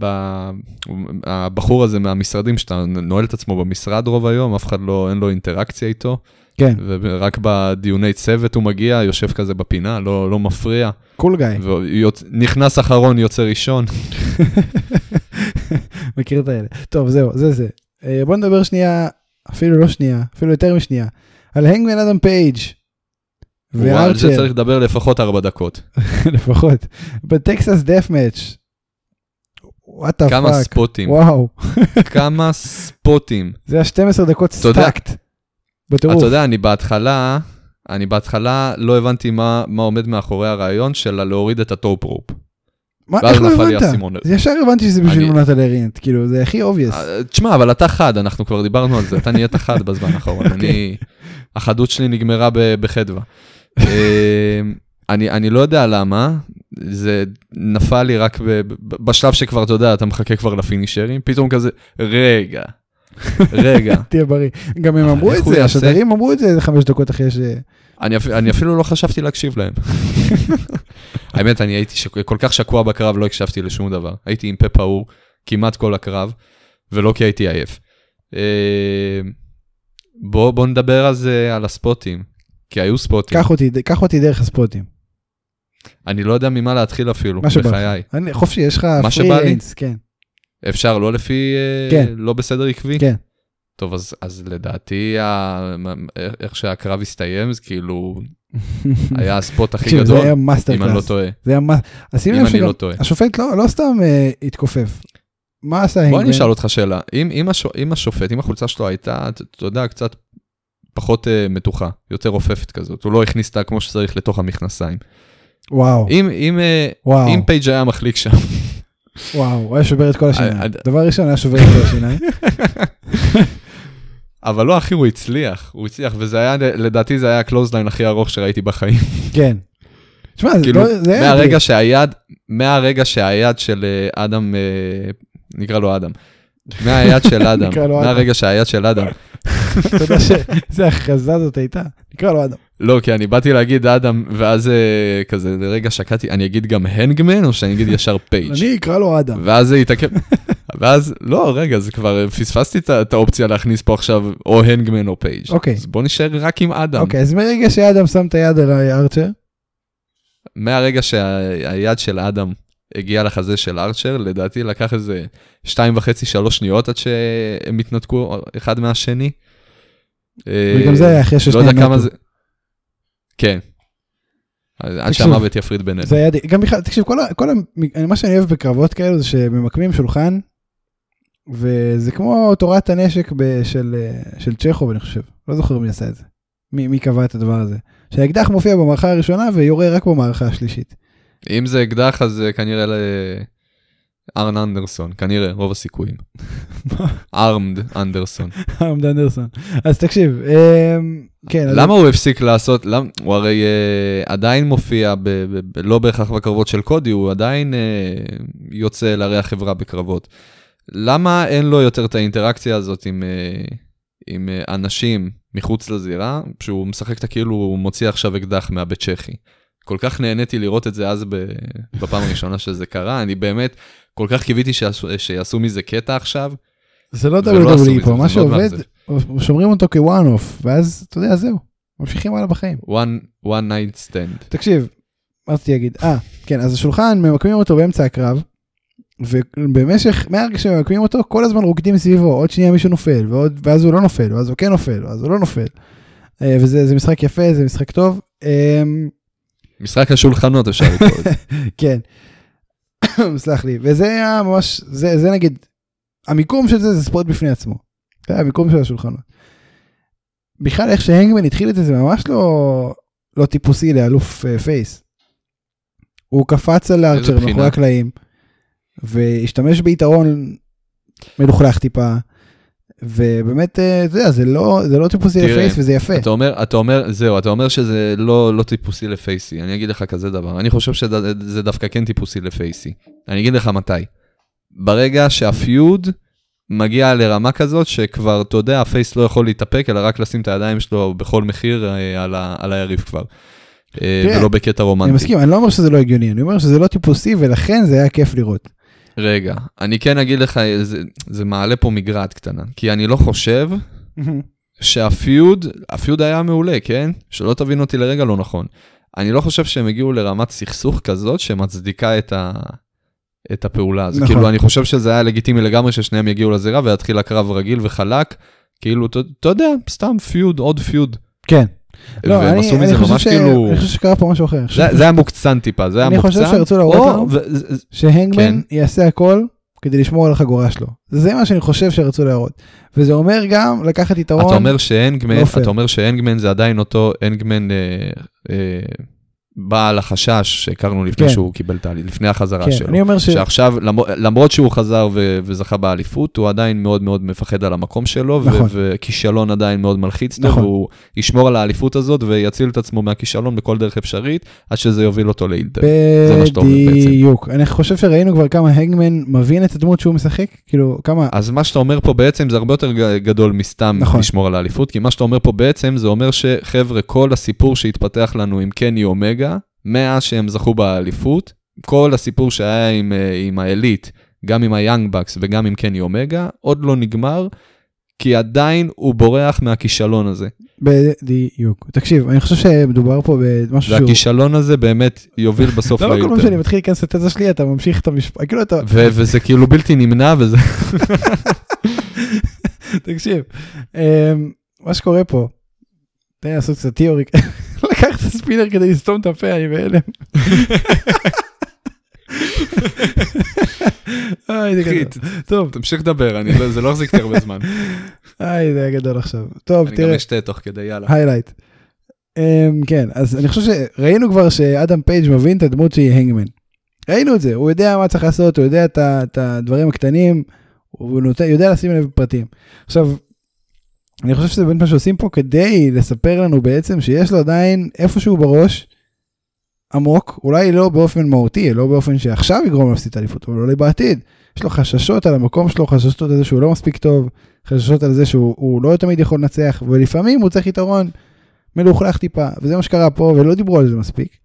Speaker 2: ב- הוא- הבחור הזה מהמשרדים, שאתה נועל את עצמו במשרד רוב היום, אף אחד לא, אין לו אינטראקציה איתו,
Speaker 1: כן,
Speaker 2: ורק בדיוני צוות הוא מגיע, יושב כזה בפינה, לא, לא מפריע,
Speaker 1: קול גיא,
Speaker 2: ונכנס אחרון, יוצא ראשון.
Speaker 1: מכיר את האלה. טוב, זהו, זה זה. אה, בוא נדבר שנייה, אפילו לא שנייה, אפילו יותר משנייה, על הנגמן אדם פייג'
Speaker 2: הוא- על זה
Speaker 1: וארצ'ר,
Speaker 2: צריך לדבר לפחות ארבע דקות.
Speaker 1: לפחות, בטקסס דף מאץ'. וואט דה
Speaker 2: כמה
Speaker 1: פאק,
Speaker 2: ספוטים,
Speaker 1: וואו,
Speaker 2: כמה ספוטים.
Speaker 1: זה היה 12 דקות
Speaker 2: אתה יודע-
Speaker 1: סטאקט. בטירוף,
Speaker 2: אתה יודע, אני בהתחלה, אני בהתחלה לא הבנתי מה, מה עומד מאחורי הרעיון של להוריד את הטופ רופ.
Speaker 1: מה, אה,
Speaker 2: ואז
Speaker 1: איך לא
Speaker 2: נפל לי אה,
Speaker 1: הבנת?
Speaker 2: האסימון.
Speaker 1: זה ישר הבנתי שזה בשביל
Speaker 2: אני-
Speaker 1: מונת הלארינט, כאילו זה הכי אובייס.
Speaker 2: אה, תשמע, אבל אתה חד, אנחנו כבר דיברנו על זה, אתה נהיית חד בזמן האחרון.
Speaker 1: אוקיי.
Speaker 2: אני, החדות שלי נגמרה ב- בחדווה. אה, אני, אני לא יודע למה, זה נפל לי רק ב, ב, בשלב שכבר, אתה יודע, אתה מחכה כבר לפינישרים, פתאום כזה, רגע, רגע.
Speaker 1: תהיה בריא. גם הם אמרו
Speaker 2: אה, איך
Speaker 1: את
Speaker 2: הוא
Speaker 1: זה,
Speaker 2: יעשה?
Speaker 1: השדרים אמרו את זה איזה חמש דקות אחרי ש...
Speaker 2: אני, אפ- אני אפילו לא חשבתי להקשיב להם. האמת, אני הייתי שק... כל כך שקוע בקרב, לא הקשבתי לשום דבר. הייתי עם פה פעור כמעט כל הקרב, ולא כי הייתי עייף. אה, בוא, בוא נדבר על זה, על הספוטים, כי היו ספוטים.
Speaker 1: קח אותי- קח אותי דרך הספוטים.
Speaker 2: אני לא יודע ממה להתחיל אפילו,
Speaker 1: מה שבא לך.
Speaker 2: בחיי.
Speaker 1: אני- חופשי, יש לך
Speaker 2: מה
Speaker 1: free
Speaker 2: שבא לי?
Speaker 1: reins, כן.
Speaker 2: אפשר לא לפי, אה,
Speaker 1: כן.
Speaker 2: לא בסדר עקבי?
Speaker 1: כן.
Speaker 2: טוב, אז, אז לדעתי, ה... איך- איך שהקרב הסתיים, זה כאילו, היה הספוט הכי
Speaker 1: תקשיב, זה
Speaker 2: גדול,
Speaker 1: היה מאסטר
Speaker 2: אם אני לא
Speaker 1: קלאס.
Speaker 2: טועה.
Speaker 1: זה היה מאסטר אז שים
Speaker 2: אם
Speaker 1: לב
Speaker 2: אני
Speaker 1: שגם
Speaker 2: לא טועה.
Speaker 1: השופט לא לא סתם אה, התכופף. מה עשה הנגמן?
Speaker 2: בוא אני אשאל אותך שאלה, אם, אם, הש, אם השופט, אם החולצה שלו הייתה, אתה- אתה יודע, קצת פחות uh, מתוחה, יותר רופפת כזאת, הוא לא הכניס אותה כמו שצריך לתוך המכנסיים.
Speaker 1: וואו,
Speaker 2: אם, אם, uh,
Speaker 1: וואו.
Speaker 2: אם פייג' היה מחליק שם,
Speaker 1: וואו, הוא היה שובר את כל השיניים.
Speaker 2: אה,
Speaker 1: דבר ראשון, היה שובר את כל השיניים.
Speaker 2: אבל לא, אחי, הוא הצליח, הוא הצליח, וזה היה, לדעתי זה היה הקלוזליין הכי ארוך שראיתי בחיים.
Speaker 1: כן. תשמע, זה
Speaker 2: כאילו,
Speaker 1: לא- זה היה
Speaker 2: מהרגע
Speaker 1: אדיר.
Speaker 2: שהיד, מהרגע שהיד של אה, אדם, אה, נקרא לו אדם, מהיד של אדם,
Speaker 1: נקרא לו אדם.
Speaker 2: מהרגע שהיד של אדם,
Speaker 1: אתה יודע שאיזה הכרזה זאת הייתה? נקרא לו אדם.
Speaker 2: לא, כי אני באתי להגיד אדם, ואז אה, כזה, לרגע שקעתי, אני אגיד גם הנגמן, או שאני אגיד ישר פייג'?
Speaker 1: אני לא. אקרא לו אדם.
Speaker 2: ואז זה התעכב, ואז, לא, רגע, זה כבר, פספסתי את ה- את האופציה להכניס פה עכשיו או הנגמן או פייג'.
Speaker 1: אוקיי.
Speaker 2: אז בוא נשאר רק עם אדם.
Speaker 1: אוקיי, אז מרגע שאדם שם את היד על הארצ'ר,
Speaker 2: מהרגע שהיד של אדם הגיעה לחזה של ארצ'ר, לדעתי לקח איזה שתיים וחצי, שלוש שניות עד שהם התנתקו אחד מהשני.
Speaker 1: וגם זה היה אחרי
Speaker 2: לא
Speaker 1: ששניהם
Speaker 2: יודע כמה
Speaker 1: מתו.
Speaker 2: זה... כן. עד
Speaker 1: תקשיב,
Speaker 2: שהמוות יפריד בינינו.
Speaker 1: זה היה די- גם בכלל, תקשיב, כל ה- כל ה... מה שאני אוהב בקרבות כאלו זה שממקמים שולחן, וזה כמו תורת הנשק ב- של, אה, של צ'כוב, אני חושב. לא זוכר מי עשה את זה. מי, מי קבע את הדבר הזה. שהאקדח מופיע במערכה הראשונה ויורה רק במערכה השלישית.
Speaker 2: אם זה אקדח, אז אה, כנראה ל... ארן אנדרסון, כנראה, רוב הסיכויים. ארמד אנדרסון.
Speaker 1: עמד אנדרסון. אז תקשיב, אמ, כן. אז-
Speaker 2: למה הוא הפסיק לעשות, למ... הוא הרי uh, עדיין מופיע, ב... ב... ב... לא בהכרח בקרבות של קודי, הוא עדיין uh, יוצא להרי החברה בקרבות. למה אין לו יותר את האינטראקציה הזאת עם, uh, עם uh, אנשים מחוץ לזירה, שהוא משחק את הכאילו הוא מוציא עכשיו אקדח מהבית צ'כי? כל כך נהניתי לראות את זה אז ב... בפעם הראשונה שזה קרה, אני באמת כל כך קיוויתי שיעשו, שיעשו מזה קטע עכשיו.
Speaker 1: זה לא E.
Speaker 2: ולא עשו מזה,
Speaker 1: WWE
Speaker 2: זה
Speaker 1: פה, מה
Speaker 2: מאוד
Speaker 1: שעובד,
Speaker 2: מאכזב.
Speaker 1: שומרים אותו כוואן אוף, ואז, אתה יודע, זהו, ממשיכים הלאה בחיים.
Speaker 2: one, one night stand.
Speaker 1: תקשיב, מה רציתי להגיד? אה, כן, אז השולחן, ממקמים אותו באמצע הקרב, ובמשך, מהרגע שממקמים אותו, כל הזמן רוקדים סביבו, עוד שנייה מישהו נופל, ועוד, ואז הוא לא נופל, ואז הוא כן נופל, ואז הוא לא נופל. אה, וזה זה משחק יפה, זה משחק טוב. אמ,
Speaker 2: משחק השולחנות אפשר לקרוא את זה.
Speaker 1: כן. סלח לי. וזה היה ממש, זה, זה נגיד, המיקום של זה זה ספורט בפני עצמו. זה היה המיקום של השולחנות. בכלל איך שהנגמן התחיל את זה זה ממש לא, לא טיפוסי לאלוף אה, פייס. הוא קפץ על ארצ'ר
Speaker 2: בחינה?
Speaker 1: מאחורי הקלעים והשתמש ביתרון מלוכלך טיפה. ובאמת, אה, אתה יודע, זה לא, זה לא טיפוסי
Speaker 2: תראה,
Speaker 1: לפייס וזה יפה.
Speaker 2: אתה אומר, אתה אומר, זהו, אתה אומר שזה לא, לא טיפוסי לפייסי. אני אגיד לך כזה דבר, אני חושב שזה דווקא כן טיפוסי לפייסי. אני אגיד לך מתי. ברגע שהפיוד מגיע לרמה כזאת שכבר, אתה יודע, הפייס לא יכול להתאפק, אלא רק לשים את הידיים שלו בכל מחיר אה, על, ה, על היריב כבר. אה,
Speaker 1: תראה,
Speaker 2: ולא בקטע
Speaker 1: אני
Speaker 2: רומנטי.
Speaker 1: מסכים, אני לא אומר שזה לא הגיוני, אני אומר שזה לא טיפוסי ולכן זה היה כיף לראות.
Speaker 2: רגע, אני כן אגיד לך, זה, זה מעלה פה מגרעת קטנה, כי אני לא חושב שהפיוד, הפיוד היה מעולה, כן? שלא תבין אותי לרגע לא נכון. אני לא חושב שהם הגיעו לרמת סכסוך כזאת שמצדיקה את, ה... את הפעולה הזו.
Speaker 1: נכון.
Speaker 2: נכון. כאילו, אני חושב שזה היה לגיטימי לגמרי ששניהם יגיעו לזירה ויתחיל הקרב רגיל וחלק. כאילו, אתה- אתה יודע, סתם פיוד, עוד פיוד.
Speaker 1: כן. לא,
Speaker 2: והם
Speaker 1: אני,
Speaker 2: עשו
Speaker 1: אני
Speaker 2: מזה
Speaker 1: חושב
Speaker 2: ממש
Speaker 1: ש...
Speaker 2: כאילו...
Speaker 1: אני חושב שקרה פה משהו אחר. אני
Speaker 2: זה,
Speaker 1: חושב
Speaker 2: זה היה מוקצן טיפה, זה היה
Speaker 1: אני
Speaker 2: מוקצן.
Speaker 1: חושב לא- שרצו להראות
Speaker 2: או,
Speaker 1: לנו-
Speaker 2: ו- זה- זה-
Speaker 1: שהנגמן
Speaker 2: כן.
Speaker 1: יעשה הכל כדי לשמור על החגורה שלו. זה מה שאני חושב שרצו להראות. וזה אומר גם לקחת יתרון.
Speaker 2: אתה אומר שהנגמן,
Speaker 1: לא פייר.
Speaker 2: אתה אומר שהנגמן זה עדיין אותו הנגמן אה, אה, בעל החשש שהכרנו לפני
Speaker 1: כן.
Speaker 2: שהוא קיבל את העלייה, לפני החזרה
Speaker 1: כן,
Speaker 2: שלו.
Speaker 1: אני אומר ש...
Speaker 2: שעכשיו, למרות- למרות שהוא חזר ו- וזכה באליפות, הוא עדיין מאוד מאוד מפחד על המקום שלו, ו-
Speaker 1: נכון.
Speaker 2: וכישלון עדיין מאוד מלחיץ אותו,
Speaker 1: נכון.
Speaker 2: והוא ישמור על האליפות הזאת ויציל את עצמו מהכישלון בכל דרך אפשרית, עד שזה יוביל אותו לאינטר. זה מה שאתה אומר בעצם.
Speaker 1: בדיוק. אני חושב שראינו כבר כמה הנגמן מבין את הדמות שהוא משחק, כאילו כמה...
Speaker 2: אז מה שאתה אומר פה בעצם זה הרבה יותר ג- גדול מסתם
Speaker 1: נכון.
Speaker 2: לשמור על האליפות, כי מה שאתה אומר פה בעצם זה אומר שחבר'ה, כל הסיפור שהתפתח לנו עם קני אומגה, מאז שהם זכו באליפות, כל הסיפור שהיה עם, אה, עם האליט, גם עם היאנג בקס וגם עם קני אומגה, עוד לא נגמר, כי עדיין הוא בורח מהכישלון הזה.
Speaker 1: בדיוק. תקשיב, אני חושב שמדובר פה במשהו שהוא... לא,
Speaker 2: והכישלון הזה באמת יוביל בסוף
Speaker 1: למה כל פעם שאני
Speaker 2: לאינטר.
Speaker 1: מתחיל להיכנס לתזה שלי אתה ממשיך את המשפט? כאילו אתה...
Speaker 2: ו- וזה כאילו בלתי נמנע, וזה...
Speaker 1: תקשיב, אמ, מה שקורה פה, תן לי לעשות קצת תיאורי, לקח את הספינר כדי לסתום את הפה, אני בהלם. אוי, זה גדול. טוב,
Speaker 2: תמשיך לדבר, אני לא- זה לא החזיק אותי הרבה זמן.
Speaker 1: אוי, זה היה גדול עכשיו. טוב,
Speaker 2: אני גם
Speaker 1: תראה,
Speaker 2: אשתה תוך כדי, יאללה.
Speaker 1: היילייט. אמ, כן, אז אני חושב שראינו כבר שאדם פייג' מבין את הדמות שהיא הנגמן. ראינו את זה, הוא יודע מה צריך לעשות, הוא יודע את ה- את הדברים הקטנים, הוא נותן, יודע לשים לב לפרטים. עכשיו, אני חושב שזה באמת מה שעושים פה כדי לספר לנו בעצם שיש לו עדיין איפשהו בראש עמוק, אולי לא באופן מהותי, לא באופן שעכשיו יגרום לו להפסיד את האליפות, אבל אולי בעתיד. יש לו חששות על המקום שלו, חששות על זה שהוא לא מספיק טוב, חששות על זה שהוא הוא לא תמיד יכול לנצח, ולפעמים הוא צריך יתרון מלוכלך טיפה, וזה מה שקרה פה, ולא דיברו על זה מספיק.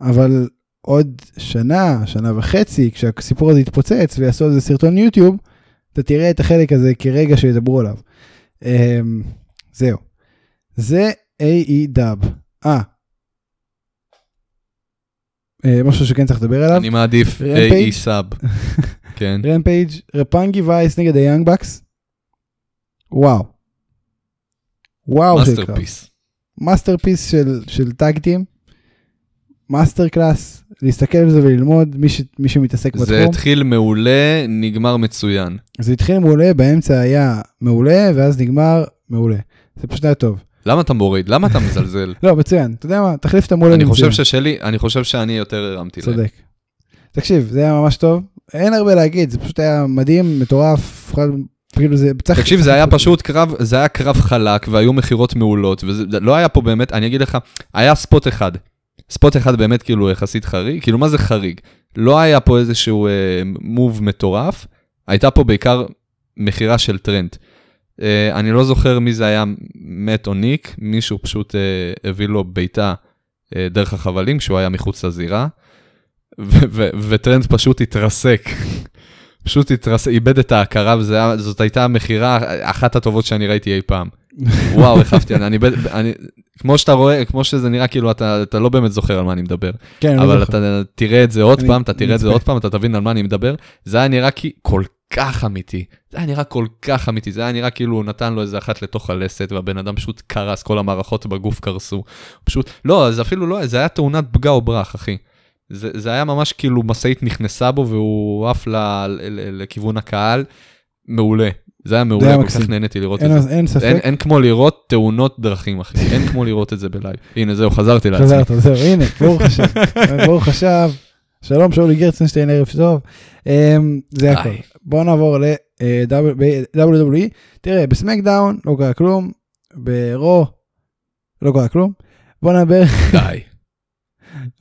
Speaker 1: אבל עוד שנה, שנה וחצי, כשהסיפור הזה יתפוצץ ויעשו על זה סרטון יוטיוב, אתה תראה את החלק הזה כרגע שידברו עליו. אמ, זהו. זה AE-Dub. אה. אה, משהו שכן צריך לדבר עליו.
Speaker 2: אני מעדיף
Speaker 1: רמפייג'?
Speaker 2: AE סאב. כן.
Speaker 1: רמפייג', רפנגי וייס נגד היאנג בקס. וואו. וואו של קרב.
Speaker 2: מאסטרפיס.
Speaker 1: מאסטרפיס של, של טאגטים. מאסטר קלאס, להסתכל על זה וללמוד, מי, ש, מי שמתעסק
Speaker 2: זה
Speaker 1: בתחום.
Speaker 2: התחיל מעולה, נגמר מצוין.
Speaker 1: זה התחיל מעולה, באמצע היה מעולה, ואז נגמר מעולה. זה פשוט היה טוב.
Speaker 2: למה אתה מוריד? למה אתה מזלזל?
Speaker 1: לא, מצוין. אתה יודע מה, תחליף את המעולה.
Speaker 2: אני חושב
Speaker 1: למצוין.
Speaker 2: ששלי, אני חושב שאני יותר הרמתי להם.
Speaker 1: צודק. תקשיב, זה היה ממש טוב. אין הרבה להגיד, זה פשוט היה מדהים, מטורף, אחד- כאילו זה... צריך-
Speaker 2: תקשיב,
Speaker 1: צריך
Speaker 2: זה היה
Speaker 1: לעשות את
Speaker 2: פשוט קרב, זה היה קרב חלק והיו מכירות מעולות, ולא היה פה באמת, אני אגיד לך, היה ספוט אחד. ספוט אחד באמת כאילו יחסית חריג, כאילו מה זה חריג? לא היה פה איזשהו אה, מוב מטורף, הייתה פה בעיקר מכירה של טרנד. אה, אני לא זוכר מי זה היה, מת או ניק, מישהו פשוט אה, הביא לו בעיטה אה, דרך החבלים כשהוא היה מחוץ לזירה, ו- ו- וטרנד פשוט התרסק. פשוט התרס... איבד את ההכרה, וזאת הייתה המכירה אחת הטובות שאני ראיתי אי פעם. וואו, החפתי, אני, אני, ב- אני, כמו שאתה רואה, כמו שזה נראה, כאילו אתה, אתה לא באמת זוכר על מה אני מדבר.
Speaker 1: כן, אני לא
Speaker 2: אבל
Speaker 1: זוכר.
Speaker 2: אתה תראה את זה עוד
Speaker 1: אני-
Speaker 2: פעם, אתה תראה את זה
Speaker 1: נצפה.
Speaker 2: עוד פעם, אתה תבין על מה אני מדבר. זה היה נראה כי כל כך אמיתי. זה היה נראה כל כך אמיתי. זה היה נראה כאילו הוא נתן לו איזה אחת לתוך הלסת, והבן אדם פשוט קרס, כל המערכות בגוף קרסו. פשוט, לא, זה אפילו לא, זה היה תאונת פגע או ברח, אחי. זה, זה היה ממש כאילו משאית נכנסה בו והוא עף ל, ל, ל, לכיוון הקהל. מעולה. זה היה מעולה,
Speaker 1: היה
Speaker 2: כל
Speaker 1: מקסים.
Speaker 2: כך נהניתי לראות את
Speaker 1: אין-
Speaker 2: זה.
Speaker 1: אין
Speaker 2: אין,
Speaker 1: ספק.
Speaker 2: אין כמו לראות תאונות דרכים, אחי. אין כמו לראות את זה בלייב. הנה, זהו, חזרתי לעצמי.
Speaker 1: חזרת, זהו, לא, הנה, ברוך השם. ברוך השם. שלום, שאולי גרצנשטיין, ערב טוב. אמ, זה הכל.
Speaker 2: איי.
Speaker 1: בואו נעבור אה, ל-WWE. E. תראה, בסמקדאון לא קרה כלום, ברו לא קרה כלום. בוא נדבר,
Speaker 2: די.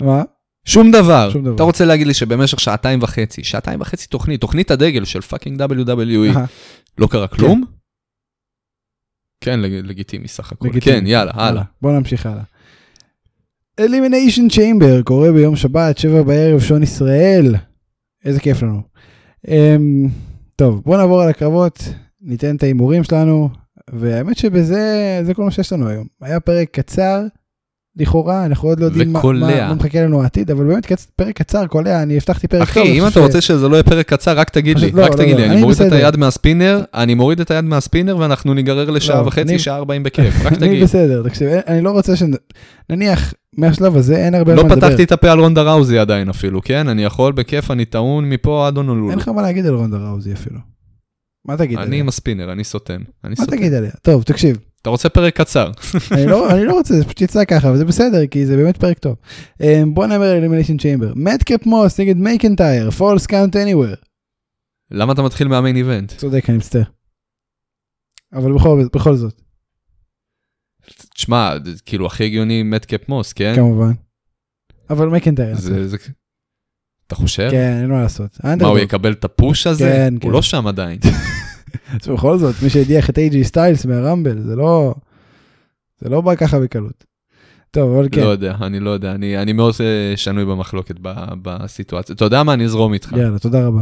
Speaker 1: מה?
Speaker 2: שום דבר.
Speaker 1: שום דבר.
Speaker 2: אתה רוצה להגיד לי שבמשך שעתיים וחצי, שעתיים וחצי תוכנית, תוכנית הדגל של פאקינג WWE,
Speaker 1: אהה.
Speaker 2: לא קרה כלום? כן, לג- לגיטימי סך הכול.
Speaker 1: לגיטימי.
Speaker 2: כן, יאללה, הלאה.
Speaker 1: בוא נמשיך הלאה. אלימיניישן צ'יימבר קורה ביום שבת, שבע בערב, שעון ישראל. איזה כיף לנו. אמ, טוב, בוא נעבור על הקרבות, ניתן את ההימורים שלנו, והאמת שבזה, זה כל מה שיש לנו היום. היה פרק קצר, לכאורה, אנחנו עוד לא יודעים מה, מה,
Speaker 2: וקולע.
Speaker 1: מה מחכה לנו העתיד, אבל באמת קצ... פרק קצר, קולע, אני הבטחתי פרק טוב.
Speaker 2: אחי,
Speaker 1: אני
Speaker 2: אם
Speaker 1: חושב
Speaker 2: אתה
Speaker 1: ש-
Speaker 2: רוצה שזה לא יהיה פרק קצר, רק תגיד לי,
Speaker 1: פשוט- לא,
Speaker 2: רק
Speaker 1: לא,
Speaker 2: תגיד
Speaker 1: לא,
Speaker 2: לי,
Speaker 1: אני
Speaker 2: אני מוריד את
Speaker 1: בסדר.
Speaker 2: היד מהספינר, אני מוריד את היד מהספינר ואנחנו ניגרר
Speaker 1: לא,
Speaker 2: לשעה
Speaker 1: אני-
Speaker 2: וחצי, שעה ארבעים בכיף, רק
Speaker 1: אני
Speaker 2: תגיד.
Speaker 1: בסדר, תקשיב, אין- אני לא רוצה ש... נניח, מהשלב הזה אין הרבה על
Speaker 2: לא
Speaker 1: מה לדבר.
Speaker 2: פתחתי את הפה על רונדה ראוזי עדיין אפילו, כן? אני יכול בכיף, אני טעון מפה עד
Speaker 1: אין
Speaker 2: אונולולו.
Speaker 1: לך מה להגיד על רונדה ראוזי אפילו. מה תגיד
Speaker 2: אני
Speaker 1: עליה?
Speaker 2: עם הספינר, אני סותם. אני
Speaker 1: מה
Speaker 2: סותם.
Speaker 1: תגיד עליה? טוב, תקשיב,
Speaker 2: אתה רוצה פרק קצר?
Speaker 1: אני לא- אני לא רוצה, זה פשוט יצא ככה, וזה בסדר, כי זה באמת פרק טוב. אה, בוא נאמר על אלימיניישן צ'יימבר. מדקאפ מוס נגד מייקנטייר, פולס קאונט אניוור.
Speaker 2: למה אתה מתחיל מהמיין איבנט?
Speaker 1: צודק, אני מצטער. אבל בכל, בכל זאת,
Speaker 2: תשמע, זה כאילו הכי הגיוני מטקאפ מוס, כן?
Speaker 1: כמובן. אבל מייקנטייר.
Speaker 2: זה, זה... אתה חושב?
Speaker 1: כן, אין מה לעשות.
Speaker 2: מה, הוא
Speaker 1: האנדרדוג.
Speaker 2: יקבל את הפוש הזה?
Speaker 1: כן, כן.
Speaker 2: הוא לא שם עדיין.
Speaker 1: אז בכל זאת, מי שהדיח את אייג'י סטיילס מהרמבל, זה לא... זה לא בא ככה בקלות. טוב, אבל כן.
Speaker 2: לא יודע, אני לא יודע. אני, אני מאוד אה, שנוי במחלוקת ב, בסיטואציה. אתה יודע מה? אני אזרום איתך.
Speaker 1: יאללה, תודה רבה.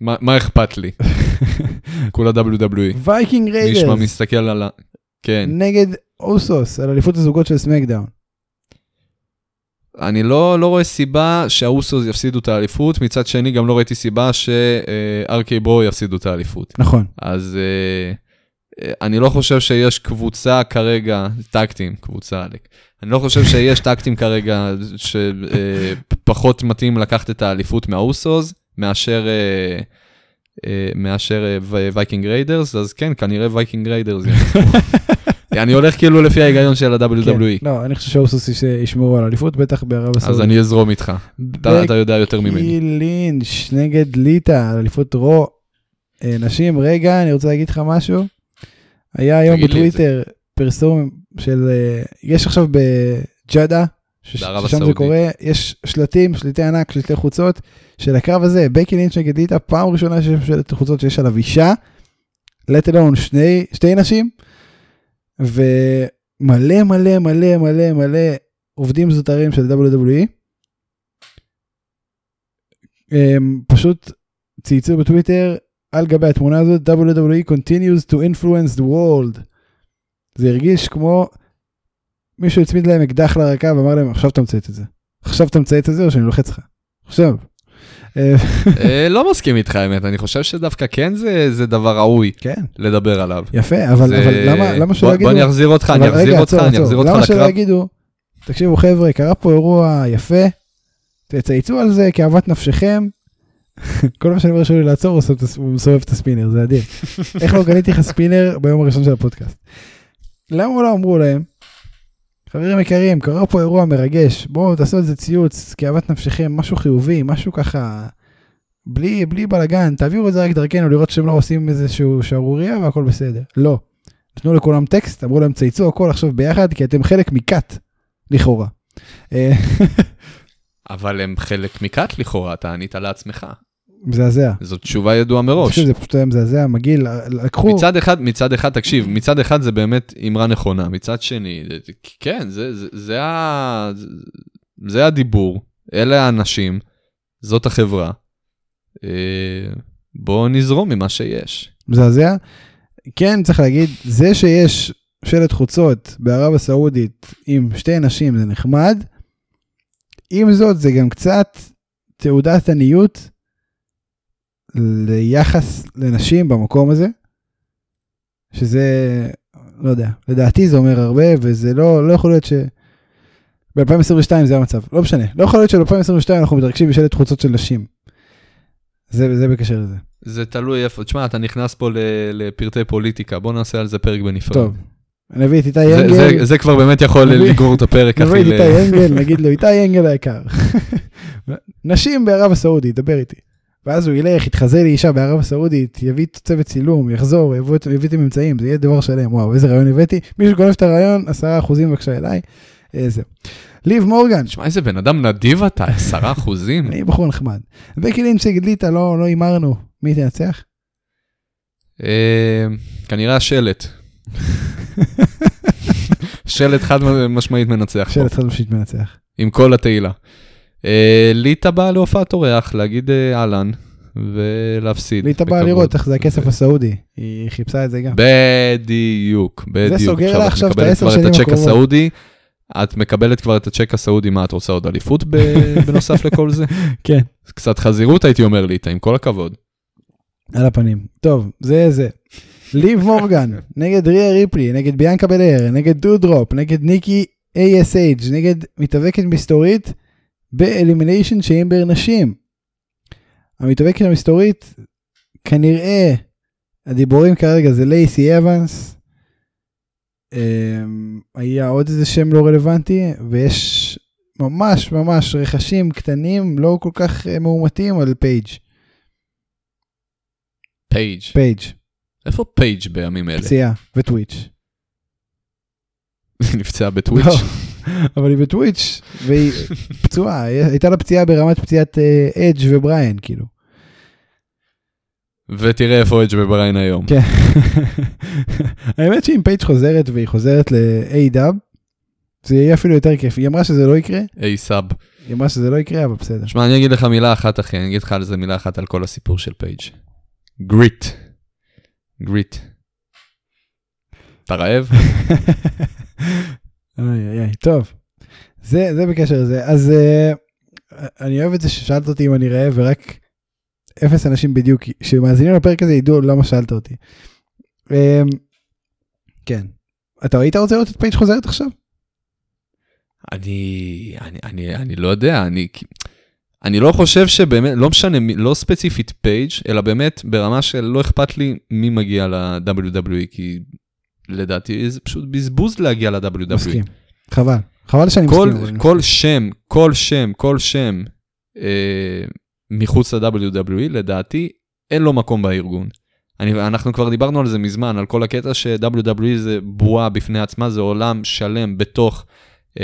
Speaker 2: מה, מה אכפת לי? כולה WWE.
Speaker 1: וייקינג ריידרס.
Speaker 2: נשמע מסתכל על ה... כן.
Speaker 1: נגד אוסוס על אליפות הזוגות של סמקדאון.
Speaker 2: אני לא, לא רואה סיבה שהאוסוס יפסידו את האליפות, מצד שני גם לא ראיתי סיבה אה, ש-RK ברו יפסידו את האליפות.
Speaker 1: נכון.
Speaker 2: אז אה, אה, אני לא חושב שיש קבוצה כרגע, טקטים, קבוצה עלק. אני לא חושב שיש טקטים כרגע שפחות מתאים לקחת את האליפות מהאוסוס מאשר, אה, אה, מאשר וייקינג ריידרס, אז כן, כנראה וייקינג ריידרס. אני הולך כאילו לפי ההיגיון של ה-WWE.
Speaker 1: כן, לא, אני חושב שהאוסוס יש- ישמרו על אליפות, בטח בערב הסעודית.
Speaker 2: E. אז אני אזרום איתך, אתה אתה יודע יותר ממני.
Speaker 1: בקי לינץ' נגד ליטא, על אליפות רו. אה, נשים, רגע, אני רוצה להגיד לך משהו. היה היום
Speaker 2: תגיד לי את זה.
Speaker 1: בטוויטר פרסום של, אה, יש עכשיו בג'אדה, שש-
Speaker 2: בערב
Speaker 1: ששם זה
Speaker 2: הסעודית.
Speaker 1: קורה, יש שלטים, שלטי ענק, שלטי חוצות, של הקרב הזה, בקי לינץ' נגד ליטא, פעם ראשונה שיש שלט חוצות שיש עליו אישה, let alone שני, שתי נשים, ומלא מלא מלא מלא מלא עובדים זוטרים של E. WWE. הם פשוט צייצו בטוויטר על גבי התמונה הזאת WWE continues to influence the world. זה הרגיש כמו מישהו הצמיד להם אקדח לרקה ואמר להם עכשיו אתה מצייץ את זה. עכשיו אתה מצייץ את זה או שאני לוחץ לך. עכשיו. אה,
Speaker 2: אה, לא מסכים איתך האמת, אני חושב שדווקא כן זה- זה דבר ראוי
Speaker 1: כן
Speaker 2: לדבר עליו.
Speaker 1: יפה אבל
Speaker 2: זה-
Speaker 1: אבל למה למה שלא
Speaker 2: בוא-
Speaker 1: יגידו.
Speaker 2: בוא אני אחזיר אותך, אני
Speaker 1: אבל רגע,
Speaker 2: אחזיר אותך,
Speaker 1: עצור,
Speaker 2: אני
Speaker 1: עצור.
Speaker 2: אחזיר אותך
Speaker 1: למה שלא
Speaker 2: לקרב.
Speaker 1: יגידו, תקשיבו חבר'ה, קרה פה אירוע יפה, תצייצו על זה כאוות נפשכם. כל מה שאני אומר שלי לעצור, הוא עושה את הס- הוא מסובב את הספינר, זה אדיר. איך לא קניתי לך ספינר ביום הראשון של הפודקאסט. למה לא אמרו להם, חברים יקרים, קרה פה אירוע מרגש, בואו תעשו איזה ציוץ, כאוות נפשכם, משהו חיובי, משהו ככה, בלי, בלי בלאגן, תעבירו את זה רק דרכנו, לראות שהם לא עושים איזשהו שערורייה והכל בסדר. לא. נתנו לכולם טקסט, אמרו להם צייצו הכל עכשיו ביחד, כי אתם חלק מכת, לכאורה. אה,
Speaker 2: אבל הם חלק מכת לכאורה, אתה ענית לעצמך.
Speaker 1: מזעזע.
Speaker 2: זאת תשובה ידועה מראש.
Speaker 1: פשוט זה פשוט היה מזעזע, מגעיל, לקחו,
Speaker 2: מצד אחד, מצד אחד, תקשיב, מצד אחד זה באמת אמרה נכונה, מצד שני, זה- זה- כן, זה, זה, זה, ה, זה הדיבור, אלה האנשים, זאת החברה. אה, בואו נזרום ממה שיש.
Speaker 1: מזעזע. כן, צריך להגיד, זה שיש שלט חוצות בערב הסעודית עם שתי נשים זה נחמד. עם זאת, זה גם קצת תעודת עניות ליחס לנשים במקום הזה, שזה, לא יודע, לדעתי זה אומר הרבה, וזה לא, לא יכול להיות ש... ב-2022 זה המצב, לא משנה. לא יכול להיות שב-2022 אנחנו מתרגשים בשלט חוצות של נשים. זה, זה בקשר לזה.
Speaker 2: זה תלוי איפה, תשמע, אתה נכנס פה ל- לפרטי פוליטיקה, בואו נעשה על זה פרק בנפרד.
Speaker 1: טוב. נביא את איתי
Speaker 2: זה,
Speaker 1: ינגל.
Speaker 2: זה, זה כבר באמת יכול
Speaker 1: נביא-
Speaker 2: לגרור את הפרק,
Speaker 1: נביא
Speaker 2: אחי.
Speaker 1: את
Speaker 2: ל-
Speaker 1: איתי אנגל, נגיד לו, איתי אנגל היקר. נשים בערב הסעודית, דבר איתי. ואז הוא ילך, יתחזה לאישה בערב הסעודית, יביא צוות צילום, יחזור, יבוא את- יביא את הממצאים, זה יהיה דבר שלם, וואו, איזה רעיון הבאתי. מישהו גונב את הרעיון, 10% בבקשה אליי. אה, זהו. ליב מורגן,
Speaker 2: תשמע, איזה בן אדם נדיב אתה, 10 אחוזים.
Speaker 1: אני בחור נחמד. בקי לינץ' הגליטה, לא לא הימרנו, מי תנצח?
Speaker 2: אה, כנראה השלט. שלט חד משמעית מנצח פה,
Speaker 1: שאלת חדשית מנצח.
Speaker 2: עם כל התהילה. אה, ליטא באה להופעת אורח, להגיד אה, אהלן, ולהפסיד.
Speaker 1: ליטה באה
Speaker 2: בכבוד. אה,
Speaker 1: לראות איך זה הכסף
Speaker 2: ו-
Speaker 1: הסעודי, היא חיפשה את זה גם.
Speaker 2: בדיוק, בדיוק.
Speaker 1: סוגר לה עכשיו את
Speaker 2: מקבלת
Speaker 1: העשר
Speaker 2: כבר
Speaker 1: שנים
Speaker 2: הצ'ק
Speaker 1: הקרובות.
Speaker 2: הסעודי, את מקבלת כבר את הצ'ק הסעודי, מה את רוצה עוד אליפות ב- בנוסף לכל זה?
Speaker 1: כן.
Speaker 2: קצת חזירות הייתי אומר ליטא, עם כל הכבוד.
Speaker 1: על הפנים. טוב, זה זה. ליב מורגן, נגד ריה ריפלי, נגד ביאנקה בלר, נגד דודרופ, נגד ניקי ASH, נגד מתאבקת מסתורית באלימיניישן שאימבר נשים. המתאבקת המסתורית, כנראה, הדיבורים כרגע זה לייסי אבנס. אמ, היה עוד איזה שם לא רלוונטי, ויש ממש ממש רכשים קטנים, לא כל כך אה, מאומתים על פייג'.
Speaker 2: פייג'.
Speaker 1: פייג'.
Speaker 2: איפה פייג' בימים אלה?
Speaker 1: פציעה וטוויץ'. לא,
Speaker 2: נפצעה בטוויץ'.
Speaker 1: אבל היא בטוויץ' והיא פצועה, היא- הייתה לה פציעה ברמת פציעת אה, אדג' ובריין כאילו.
Speaker 2: ותראה איפה אג' ובריין היום.
Speaker 1: כן. האמת שאם פייג' חוזרת והיא חוזרת ל-A-Dub, זה יהיה אפילו יותר כיף. היא אמרה שזה לא יקרה,
Speaker 2: איי סאב.
Speaker 1: היא אמרה שזה לא יקרה אבל בסדר.
Speaker 2: שמע, אני אגיד לך מילה אחת, אחי, אני אגיד לך על זה מילה אחת על כל הסיפור של פייג'. גריט. גריט. אתה רעב?
Speaker 1: איי איי איי, טוב. זה, זה בקשר לזה. אז אה, אני אוהב את זה ששאלת אותי אם אני רעב ורק אפס אנשים בדיוק שמאזינים לפרק הזה ידעו למה שאלת אותי. אה, כן. אתה היית רוצה לראות את פייג' חוזרת עכשיו?
Speaker 2: אני, אני, אני, אני לא יודע, אני, אני לא חושב שבאמת, לא משנה, מי- לא ספציפית פייג', אלא באמת ברמה של לא אכפת לי מי מגיע ל-WWE, E, כי לדעתי זה פשוט בזבוז להגיע E. ל-WWE.
Speaker 1: מסכים. חבל. חבל שאני
Speaker 2: כל,
Speaker 1: מסכים. אבל-
Speaker 2: כל שם, כל שם, כל שם אה, מחוץ ל-WWE, לדעתי, אין לו מקום בארגון. אני, אנחנו כבר דיברנו על זה מזמן, על כל הקטע ש-WWE זה בועה בפני עצמה, זה עולם שלם בתוך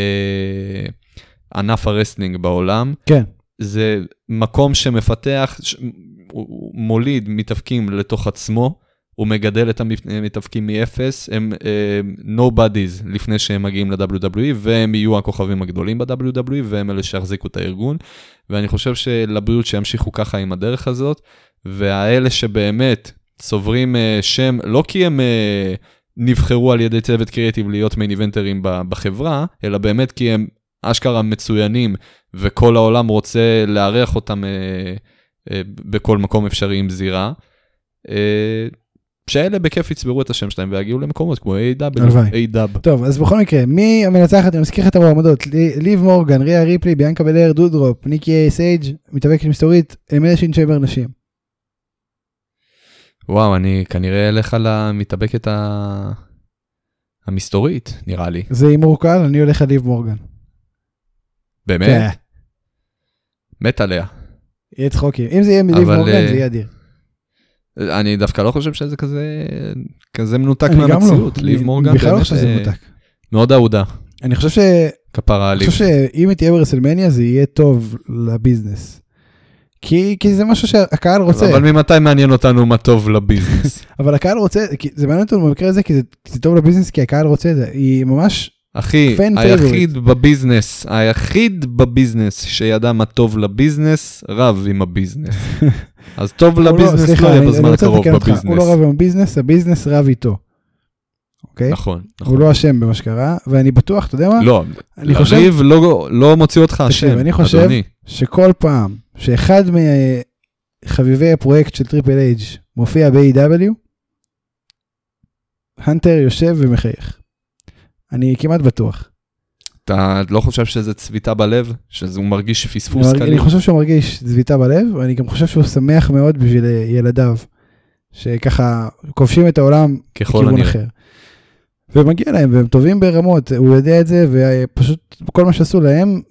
Speaker 2: אה, ענף הרסטלינג בעולם.
Speaker 1: כן.
Speaker 2: זה מקום שמפתח, ש... הוא הוא מוליד מתאבקים לתוך עצמו, הוא מגדל את המתאבקים מאפס, הם uh, nobodies לפני שהם מגיעים ל-WWE, והם יהיו הכוכבים הגדולים ב-WWE, והם אלה שיחזיקו את הארגון, ואני חושב שלבריאות שימשיכו ככה עם הדרך הזאת, והאלה שבאמת צוברים uh, שם, לא כי הם... Uh, נבחרו על ידי צוות קריאיטיב להיות מיין איבנטרים ב- בחברה, אלא באמת כי הם אשכרה מצוינים וכל העולם רוצה לארח אותם אה, אה, בכל מקום אפשרי עם זירה. אה, שאלה בכיף יצברו את השם שלהם ויגיעו למקומות כמו
Speaker 1: הלוואי.
Speaker 2: A-W, A-Dub.
Speaker 1: טוב, אז בכל מקרה, מי המנצחת? אני מזכיר לך את המועמדות. לי- ליב מורגן, ריה ריפלי, ביאנקה בלר, דודרופ, ניקי איי סייג', מתאבקת מסתורית, אמנה שינשבר נשים.
Speaker 2: וואו, אני כנראה אלך על המתאבקת ה... המסתורית, נראה לי.
Speaker 1: זה הימור קל, אני הולך על ליב מורגן.
Speaker 2: באמת?
Speaker 1: כן,
Speaker 2: מת עליה.
Speaker 1: יהיה צחוקים. אם זה יהיה מליב
Speaker 2: אבל,
Speaker 1: מורגן,
Speaker 2: אה,
Speaker 1: זה יהיה אדיר.
Speaker 2: אני דווקא לא חושב שזה כזה, כזה מנותק
Speaker 1: אני גם לא.
Speaker 2: מהמציאות. ליב
Speaker 1: אני
Speaker 2: מורגן
Speaker 1: בכלל לא
Speaker 2: באמת,
Speaker 1: חושב שזה
Speaker 2: אה,
Speaker 1: מותק.
Speaker 2: מאוד אהודה,
Speaker 1: אני חושב ש-
Speaker 2: כפרה
Speaker 1: אני
Speaker 2: עליו.
Speaker 1: חושב שאם היא תהיה ברסלמניה, זה יהיה טוב לביזנס. כי כי זה משהו שהקהל רוצה.
Speaker 2: אבל ממתי מעניין אותנו מה טוב לביזנס?
Speaker 1: אבל הקהל רוצה, כי זה מעניין אותנו במקרה הזה, כי זה- כי זה טוב לביזנס, כי הקהל רוצה את זה. היא ממש
Speaker 2: אחי,
Speaker 1: Fan
Speaker 2: היחיד בביזנס, היחיד בביזנס שידע מה טוב לביזנס, רב עם הביזנס. אז טוב
Speaker 1: הוא
Speaker 2: לביזנס
Speaker 1: סליחה,
Speaker 2: לא יהיה
Speaker 1: אני- אני
Speaker 2: בזמן
Speaker 1: רוצה
Speaker 2: הקרוב
Speaker 1: לתקן אותך. הוא
Speaker 2: בביזנס.
Speaker 1: לא רב עם הביזנס, הביזנס רב איתו. אוקיי?
Speaker 2: נכון,
Speaker 1: הוא
Speaker 2: נכון.
Speaker 1: לא אשם במה שקרה, ואני בטוח, אתה יודע מה?
Speaker 2: לא,
Speaker 1: אני חושב
Speaker 2: לריב לא- לא מוציא אותך
Speaker 1: תקשיב,
Speaker 2: אשם,
Speaker 1: אני חושב-
Speaker 2: אדוני.
Speaker 1: שכל פעם שאחד מחביבי הפרויקט של טריפל אייג' מופיע E ב-AW, הנטר יושב ומחייך. אני כמעט בטוח.
Speaker 2: אתה לא חושב שזה צביטה בלב? שזה הוא מרגיש פספוס
Speaker 1: אני,
Speaker 2: קליל?
Speaker 1: אני חושב שהוא מרגיש זביטה בלב, ואני גם חושב שהוא שמח מאוד בשביל אה, ילדיו, שככה כובשים את העולם
Speaker 2: ככל
Speaker 1: לכיוון
Speaker 2: הנראה.
Speaker 1: אחר. ומגיע להם, והם טובים ברמות, הוא יודע את זה, ופשוט כל מה שעשו להם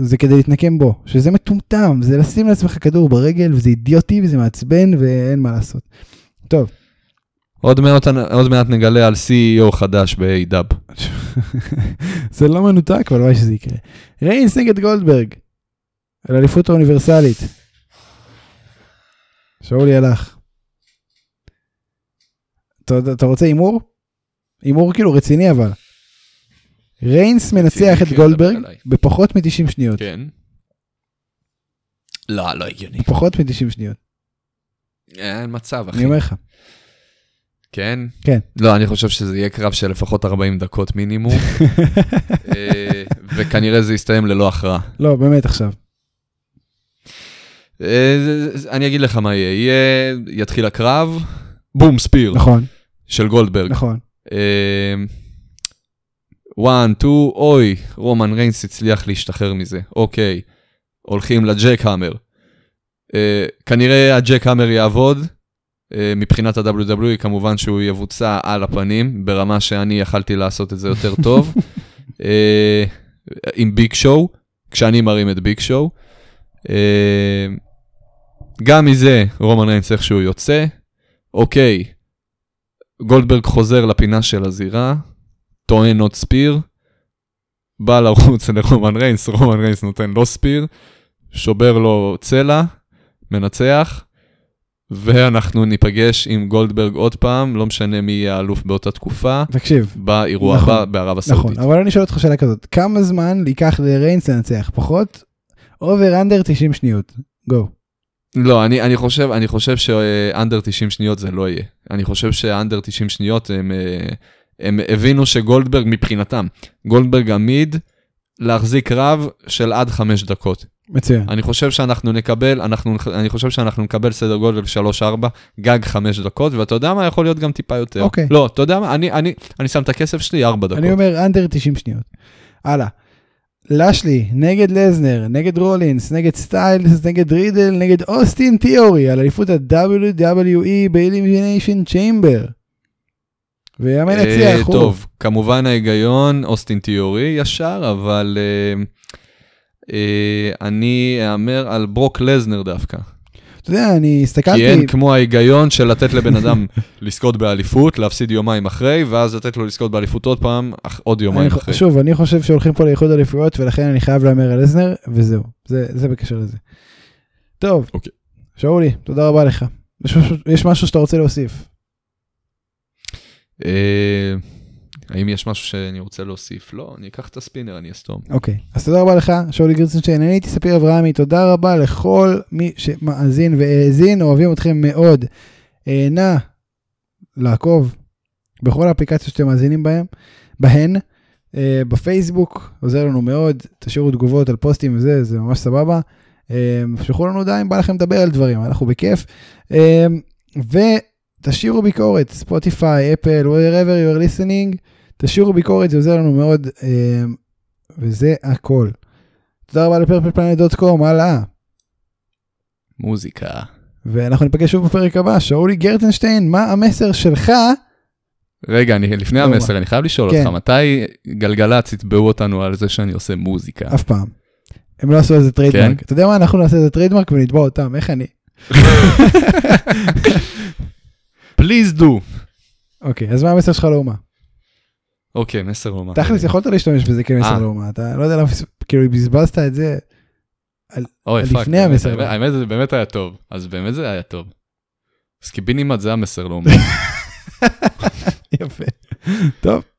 Speaker 1: זה כדי להתנקם בו, שזה מטומטם, זה לשים לעצמך כדור ברגל, וזה אידיוטי, וזה מעצבן, ואין מה לעשות. טוב,
Speaker 2: עוד מעט- עוד מעט נגלה על CEO חדש ב-AW.
Speaker 1: זה לא מנותק, אבל וואי שזה יקרה. ריינס נגד גולדברג, על אליפות האוניברסלית. שאולי הלך. אתה, אתה רוצה הימור? הימור כאילו רציני אבל. ריינס מנצח את
Speaker 2: כן,
Speaker 1: גולדברג
Speaker 2: דבר אליי.
Speaker 1: בפחות מ-90 שניות.
Speaker 2: כן. לא, לא הגיוני.
Speaker 1: פחות מ-90 שניות,
Speaker 2: אין מצב, אחי.
Speaker 1: אני אומר לך.
Speaker 2: כן?
Speaker 1: כן.
Speaker 2: לא, אני חושב שזה יהיה קרב של לפחות 40 דקות מינימום, אה, וכנראה זה יסתיים ללא הכרעה.
Speaker 1: לא, באמת עכשיו.
Speaker 2: אוקיי. אה, זה- זה- אני אגיד לך מה יהיה, יהיה, יתחיל הקרב, בום, ספיר,
Speaker 1: נכון,
Speaker 2: של גולדברג.
Speaker 1: נכון.
Speaker 2: אה, וואן, טו, אוי, רומן ריינס הצליח להשתחרר מזה, אוקיי, הולכים לג'ק המר. אה, כנראה הג'ק המר יעבוד, אה, מבחינת ה-WWE כמובן שהוא יבוצע על הפנים, ברמה שאני יכלתי לעשות את זה יותר טוב, אה, עם ביג שואו, כשאני מרים את ביג שואו. אה, גם מזה רומן ריינס איכשהו יוצא, אוקיי. גולדברג חוזר לפינה של הזירה, טוען עוד ספיר, בא לרוץ לרומן ריינס, רומן ריינס נותן לו ספיר, שובר לו צלע, מנצח, ואנחנו ניפגש עם גולדברג עוד פעם, לא משנה מי יהיה האלוף באותה תקופה,
Speaker 1: תקשיב,
Speaker 2: באירוע
Speaker 1: נכון,
Speaker 2: הבא בערב הסעודית.
Speaker 1: נכון, אבל אני שואל אותך שאלה כזאת, כמה זמן ייקח לריינס לנצח? פחות? אובר אנדר 90 שניות. גו.
Speaker 2: לא, אני, אני חושב, אני חושב שאנדר 90 שניות זה לא יהיה. אני חושב שאנדר 90 שניות הם, אה, הם הבינו שגולדברג מבחינתם, גולדברג עמיד להחזיק רב של עד חמש דקות.
Speaker 1: מצוין.
Speaker 2: אני חושב שאנחנו נקבל, אנחנו, אני חושב שאנחנו נקבל סדר גודל 3-4, גג 5 דקות, ואתה יודע מה? יכול להיות גם טיפה יותר.
Speaker 1: אוקיי.
Speaker 2: לא, אתה יודע מה? אני, אני, אני שם את הכסף שלי 4 דקות.
Speaker 1: אני אומר אנדר 90 שניות. הלאה. לשלי, נגד לזנר, נגד רולינס, נגד סטיילס, נגד רידל, נגד אוסטין E תיאורי, על אליפות ה-WWE ב-Elimination Chamber. ויאמן
Speaker 2: אה,
Speaker 1: יציע, אחו.
Speaker 2: טוב, כמובן ההיגיון, אוסטין תיאורי ישר, אבל אה, אה, אני אאמר על ברוק לזנר דווקא.
Speaker 1: אתה יודע, אני הסתכלתי...
Speaker 2: כי אין כמו ההיגיון של לתת לבן אדם לזכות באליפות, להפסיד יומיים אחרי, ואז לתת לו לזכות באליפות עוד פעם, אך- עוד יומיים
Speaker 1: אני חו-
Speaker 2: אחרי.
Speaker 1: שוב, אני חושב שהולכים פה לאיחוד אליפויות, ולכן אני חייב להמר על לזנר, וזהו. זה, זה בקשר לזה. טוב,
Speaker 2: אוקיי.
Speaker 1: שאולי, תודה רבה לך. יש משהו, יש משהו שאתה רוצה להוסיף.
Speaker 2: אה, האם יש משהו שאני רוצה להוסיף? לא, אני אקח את הספינר, אני אסתום.
Speaker 1: אוקיי. אז תודה רבה לך, שאולי גרצנשטיין. אני הייתי ספיר אברהמי, תודה רבה לכל מי שמאזין והאזין, אוהבים אתכם מאוד. אה, נא לעקוב בכל האפליקציות שאתם מאזינים בהם, בהן. אה, בפייסבוק, עוזר לנו מאוד, תשאירו תגובות על פוסטים וזה, זה ממש סבבה. אה, שלחו לנו הודעה אם בא לכם לדבר על דברים, אנחנו בכיף. אה, ותשאירו ביקורת, ספוטיפיי, אפל, wherever you are listening, תשאירו ביקורת, זה עוזר לנו מאוד, אה, וזה הכל. תודה רבה לפרפלפלנט.קום, הלאה.
Speaker 2: מוזיקה.
Speaker 1: ואנחנו ניפגש שוב בפרק הבא, שאולי גרטנשטיין, מה המסר שלך?
Speaker 2: רגע, אני, לפני
Speaker 1: לא,
Speaker 2: המסר, אני חייב לשאול
Speaker 1: כן.
Speaker 2: אותך, מתי גלגלצ יתבעו אותנו על זה שאני עושה מוזיקה?
Speaker 1: אף פעם. הם לא עשו איזה טריידמרק.
Speaker 2: כן.
Speaker 1: אתה יודע מה, אנחנו נעשה איזה טריידמרק ונתבע אותם, איך אני?
Speaker 2: פליז דו.
Speaker 1: אוקיי, אז מה המסר שלך לאומה?
Speaker 2: אוקיי, מסר אומה.
Speaker 1: תכלס יכולת להשתמש בזה כמסר
Speaker 2: אה.
Speaker 1: לאומה, אתה לא יודע למה, כאילו בזבזת את זה.
Speaker 2: אוי, פאק,
Speaker 1: לפני
Speaker 2: באמת,
Speaker 1: המסר
Speaker 2: האמת-
Speaker 1: לאומה.
Speaker 2: האמת, זה באמת היה טוב. אז באמת זה היה טוב. לא אז קיבינימט זה המסר לאומה.
Speaker 1: יפה. טוב,